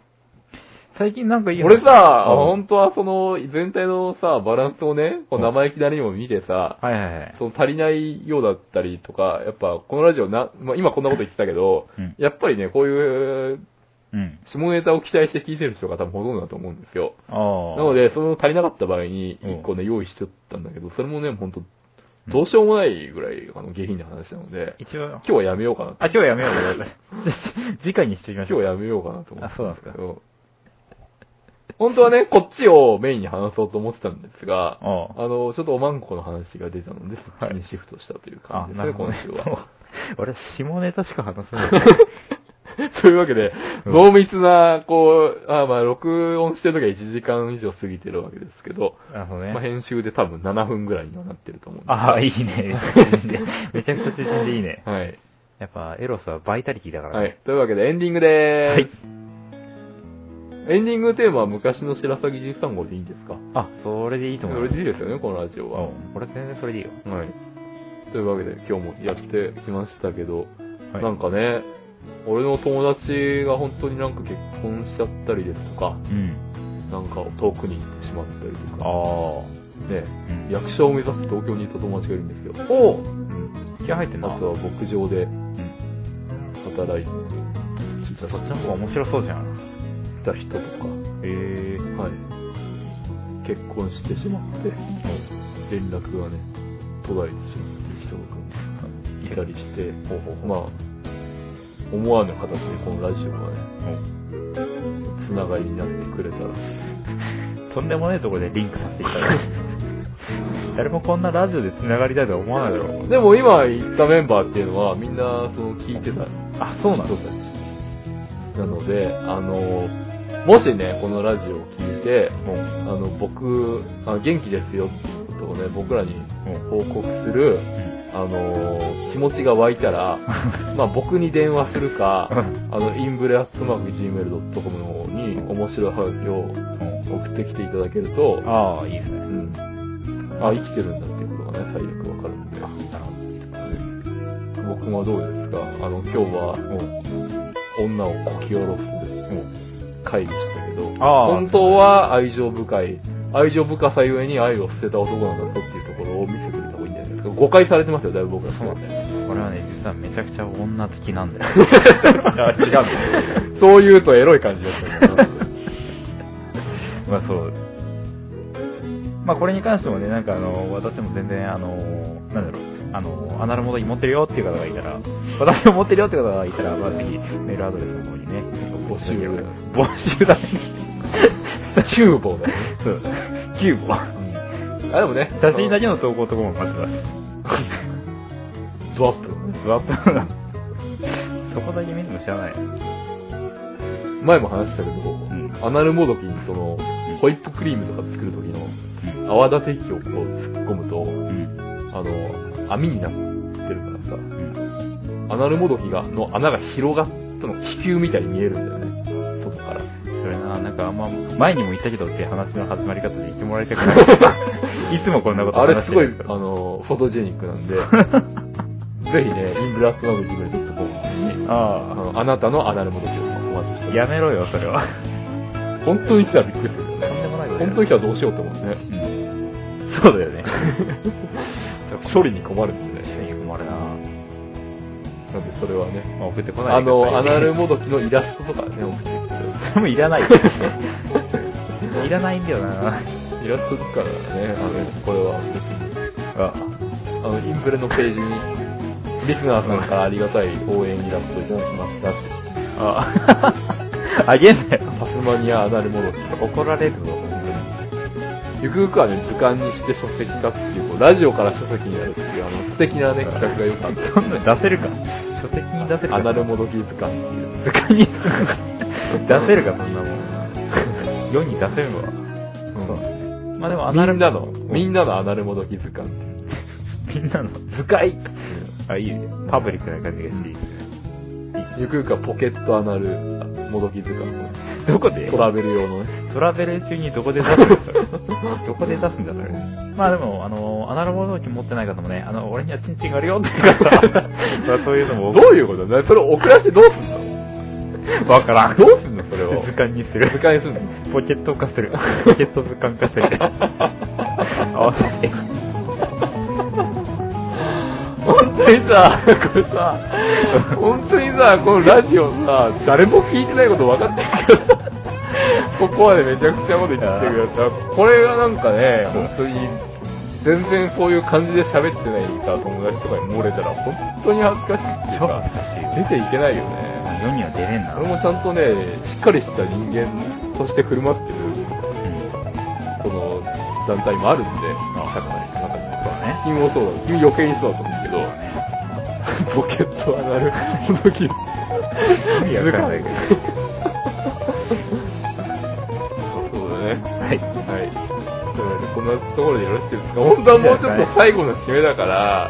Speaker 3: 最近なんかいい話
Speaker 2: 俺さ、
Speaker 3: うん
Speaker 2: 本当はその、全体のさ、バランスをね、こう生意気なりにも見てさ、
Speaker 3: はいはいはい。
Speaker 2: その足りないようだったりとか、やっぱこのラジオな、まあ、今こんなこと言ってたけど、
Speaker 3: うん
Speaker 2: やっぱりね、こういう
Speaker 3: うん。
Speaker 2: 下ネタを期待して聞いてる人が多分ほとんどだと思うんですよ。
Speaker 3: ああ。
Speaker 2: なの、で、その足りなかった場合に
Speaker 3: うん
Speaker 2: 1個ね、用意しちゃったんだけど、それもね、ほんと、どうしようもないぐらい、あの、下品な話なので、
Speaker 3: 一応、
Speaker 2: 今日はやめようかなと。
Speaker 3: あ、今日やめよう ごめんなさい。次回にしてみまし
Speaker 2: 今
Speaker 3: ょ
Speaker 2: 日
Speaker 3: う。
Speaker 2: はやめようかなと思って。
Speaker 3: あそうなんですか
Speaker 2: うん本当はね、こっちをメインに話そうと思ってたんですが、
Speaker 3: ああ
Speaker 2: あの、ちょっとおまんこの話が出たので、そっちにシフトしたという感、
Speaker 3: あ
Speaker 2: じで
Speaker 3: な
Speaker 2: すね、
Speaker 3: るほど ね
Speaker 2: 今週は。。
Speaker 3: 俺、下ネタしか話せない。
Speaker 2: というわけで、
Speaker 3: うん
Speaker 2: 濃密な、こう、あまあ、録音してる時は1時間以上過ぎてるわけですけど、
Speaker 3: なるほど
Speaker 2: まあ、
Speaker 3: ね。
Speaker 2: 編集で多分7分ぐらいにはなってると思うんで。
Speaker 3: ああ、いい ね。めちゃくちゃ縮んでいいね。
Speaker 2: はい。
Speaker 3: やっぱ、エロスはバイタリティだから
Speaker 2: は
Speaker 3: ね。
Speaker 2: い。というわけで、エンディングで
Speaker 3: はい
Speaker 2: ーす。エンディングテーマは昔の白鷺13号でいいんですか
Speaker 3: あ、それでいいと
Speaker 2: そ
Speaker 3: 思う。
Speaker 2: れでいいですよね、このラジオは。
Speaker 3: うん俺全然それでいいよ。
Speaker 2: はい。というわけで、今日もやってきましたけど、
Speaker 3: はい
Speaker 2: なんかね、俺の友達が本当になんか結婚しちゃったりですとか、
Speaker 3: うん。
Speaker 2: なんか遠くに行ってしまったりと
Speaker 3: あ
Speaker 2: か、
Speaker 3: あ。
Speaker 2: ね、役者を目指す東京にいた友達がいるんですよ。
Speaker 3: お気合入ってんな。
Speaker 2: あとは牧場で
Speaker 3: うん。
Speaker 2: 働い
Speaker 3: そっちの方が面白そうじゃん。
Speaker 2: た人とか、
Speaker 3: へえ。
Speaker 2: はい。結婚してしまって、連絡がね、途絶えてしまって人がいたりして、
Speaker 3: ほうほうほう。
Speaker 2: まあ、思わぬ形でこのラジオがね、つながりになってくれたら、
Speaker 3: とんでもねえところでリンクさせていただいて。 誰もこんなラジオで繋がりたいとは思わないだろう。
Speaker 2: でも今言ったメンバーっていうのはみんなその聞いてた
Speaker 3: あ、そうなん
Speaker 2: 人
Speaker 3: だ
Speaker 2: た。ちなのであのもしねこのラジオを聞いて
Speaker 3: もう
Speaker 2: あの僕あ元気ですよっていうことをね僕らに
Speaker 3: ん
Speaker 2: 報告する
Speaker 3: うん
Speaker 2: あの気持ちが湧いた らまあ僕に電話するか
Speaker 3: うん
Speaker 2: あのインブレアットマーク Gmail.com の方に面白いハガキを
Speaker 3: うん
Speaker 2: 送ってきていただけると
Speaker 3: ああ、いいですね
Speaker 2: う。んあ生きてるんだっていうことがね最悪わかるんで
Speaker 3: なるほ
Speaker 2: 僕はどうですかあの今日は
Speaker 3: ど。
Speaker 2: 女をこき下ろす
Speaker 3: おう
Speaker 2: 会でしたけど
Speaker 3: ああ
Speaker 2: 本当は愛情深い愛情深さゆえに愛を捨てた男なんだぞっていうところを見せてくれた方がいいんじゃないですか誤解されてますよだいぶ僕ら
Speaker 3: そうなんだよ。俺はね、実はめちゃくちゃ女好きなんだよ。違うんだよ。
Speaker 2: そう言うとエロい感じだったけど
Speaker 3: ままあそう。まあこれに関してもね、なんかあの、私も全然あの、なんだろう、あの、アナロモードに持ってるよっていう方がいたら、私も持ってるよっていう方がいたら、まあぜひメールアドレスの方にね、募
Speaker 2: 集
Speaker 3: 募集だね。
Speaker 2: チューボだよね。
Speaker 3: そう。キューボ。
Speaker 2: あ、でもね、
Speaker 3: 写真だけの投稿とかも待ってます。
Speaker 2: スワップ。
Speaker 3: スワップのそこだけ見るの知らない。
Speaker 2: 前も話したけど、
Speaker 3: ん
Speaker 2: アナルモドキにその、ホイップクリームとか作る時の泡立て器をこう突っ込むと、
Speaker 3: うん。
Speaker 2: あの、網になってるから
Speaker 3: う
Speaker 2: さ、
Speaker 3: ん。
Speaker 2: アナルモドキが、の穴が広がったの気球みたいに見えるんだよね。外から。
Speaker 3: それな、なんかあんま、前にも言ったけどって話の始まり方で言ってもらいたく ない。いつもこんなこと
Speaker 2: あ
Speaker 3: 話
Speaker 2: れ
Speaker 3: し
Speaker 2: す
Speaker 3: て
Speaker 2: ごい
Speaker 3: る、
Speaker 2: あの、フォトジェニック なんで、ぜひね、インブラックマグジブリドットコムに、あ
Speaker 3: あ
Speaker 2: の、あなたのアナルモドキをお待ちして
Speaker 3: あ。
Speaker 2: ます
Speaker 3: やめろよ、それは。
Speaker 2: 本当に来たらびっくりするよね。本当に来たらどうしようって思う
Speaker 3: う
Speaker 2: ね。
Speaker 3: ん。そうだよね。
Speaker 2: 処理に困るんでね。
Speaker 3: 困るな
Speaker 2: なんでそれはね、
Speaker 3: まあ送ってこない
Speaker 2: あ
Speaker 3: でください
Speaker 2: の、アナルモドキのイラストとかね、送ってきてください
Speaker 3: それも いらない。いらないんだよな
Speaker 2: イラストからね、あの、これは別に、
Speaker 3: あ
Speaker 2: あの、インプレのページに、リスナーさんからありがたい応援イラストいただきましたって、
Speaker 3: あ。あげんなよ。
Speaker 2: タスマニアアナルモドキとか、
Speaker 3: 怒られるぞ。
Speaker 2: ゆくゆくはね、図鑑にして書籍化っていう、こうラジオから書籍になるっていう、あの、素敵なね、企画がよかった。
Speaker 3: そんなの出せるか。書籍に出せるか。
Speaker 2: アナルモドキ図鑑っていう。
Speaker 3: 図鑑 に出せるか、そんなもん。世に出せるのは。そう。まあでも、ア
Speaker 2: み
Speaker 3: ナル
Speaker 2: んなの、み
Speaker 3: み
Speaker 2: ん
Speaker 3: ん
Speaker 2: なのアナルモドキ図鑑っていう。
Speaker 3: みんなの。
Speaker 2: 図解
Speaker 3: あ、いいね。パブリックな感じがしていいですね。
Speaker 2: ゆくゆくはポケットアナルモドキ図鑑のね
Speaker 3: どこで
Speaker 2: トラベル用のね。
Speaker 3: トラベル中にどこで出すんだそれ どこで出すんだそれ。まあでも、あの、アナログの時持ってない方もね、あの、俺にはチンチンがあ るよっていう 方、まあそういうのも
Speaker 2: どういうことだそれを送らせてどうすんの
Speaker 3: わからん。
Speaker 2: どうすんのそれを
Speaker 3: 図鑑にす
Speaker 2: 図
Speaker 3: る。
Speaker 2: 鑑にすんの
Speaker 3: ポケット化 する。ポケット図鑑化する。合わせて。
Speaker 2: 本当にさ、これさ、本当にさ、このラジオさ、誰も聞いてないこと分かってるけど、ここまでめちゃくちゃなこと言ってるけどさ、これがなんかね、本当に、全然そういう感じで喋ってないさ、友達とかに漏れたら、本当に恥ずかしいっていう
Speaker 3: 超
Speaker 2: か
Speaker 3: 恥ずかしい、
Speaker 2: 出ていけないよね。
Speaker 3: 世には出れんな。
Speaker 2: 俺もちゃんとね、しっかりした人間として振る舞ってる、
Speaker 3: うん
Speaker 2: この団体もあるんで、社会の中
Speaker 3: そう
Speaker 2: で。
Speaker 3: だね。
Speaker 2: 君もそうだ、君余計にそうだと思うけど、ポケットアナルモドキ図鑑。
Speaker 3: 意味わかんないけど
Speaker 2: そうだね。
Speaker 3: は
Speaker 2: は
Speaker 3: い。
Speaker 2: い。というわけでこんなところでよろしいですか本当はもうちょっと最後の締めだから、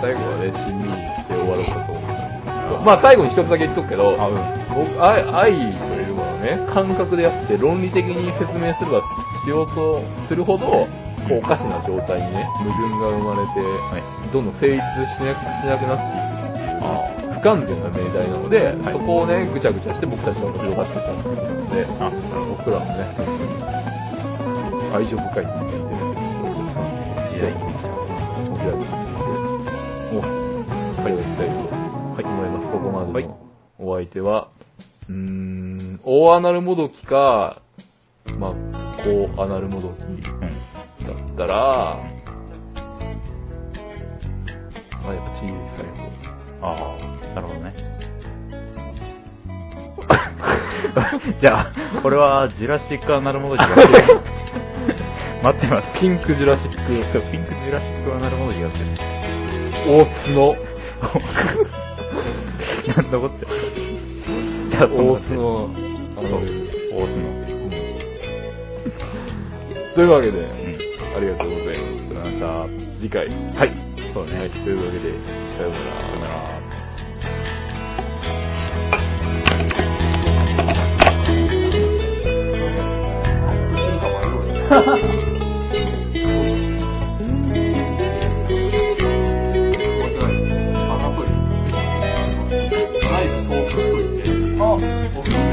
Speaker 2: 最後はね、しんみりして終わろうかと思う。まあ最後に一つだけ言っとくけど、
Speaker 3: あ、うん。
Speaker 2: 僕愛愛というものをね、感覚であって論理的に説明するが必要とするほど、こうおかしな状態にね、矛盾が生まれて、
Speaker 3: はい。
Speaker 2: どんどん成立しなくしなくなっていくっていう不完全な命題なので、
Speaker 3: はい
Speaker 2: そこをねぐちゃぐちゃして僕たちが広がっていったので
Speaker 3: あ、
Speaker 2: 僕らもね愛情深い人間で時代に時代にもうはいたいと思います、ここまでの、
Speaker 3: はい
Speaker 2: お相手はうーん大アナルモドキかまあ高アナルモドキ
Speaker 3: うん。
Speaker 2: だったら、まあ、やっぱチーズですかね。
Speaker 3: ああ、なるほどね。 じゃあ、これはジュラシックアナルモドキが好きです 待ってます。
Speaker 2: ピンクジュラシッ
Speaker 3: そう
Speaker 2: ク、
Speaker 3: ピンクジュラシックアナルモドキが好きです。
Speaker 2: 大津の、
Speaker 3: なんだこっちゃ。じゃあ、
Speaker 2: 大津の、あの、
Speaker 3: 大津の。
Speaker 2: というわけで、
Speaker 3: うん。
Speaker 2: ありがとうございました。次回。
Speaker 3: はい。そうね。
Speaker 2: はい、というわけで、さようなら。
Speaker 4: あ、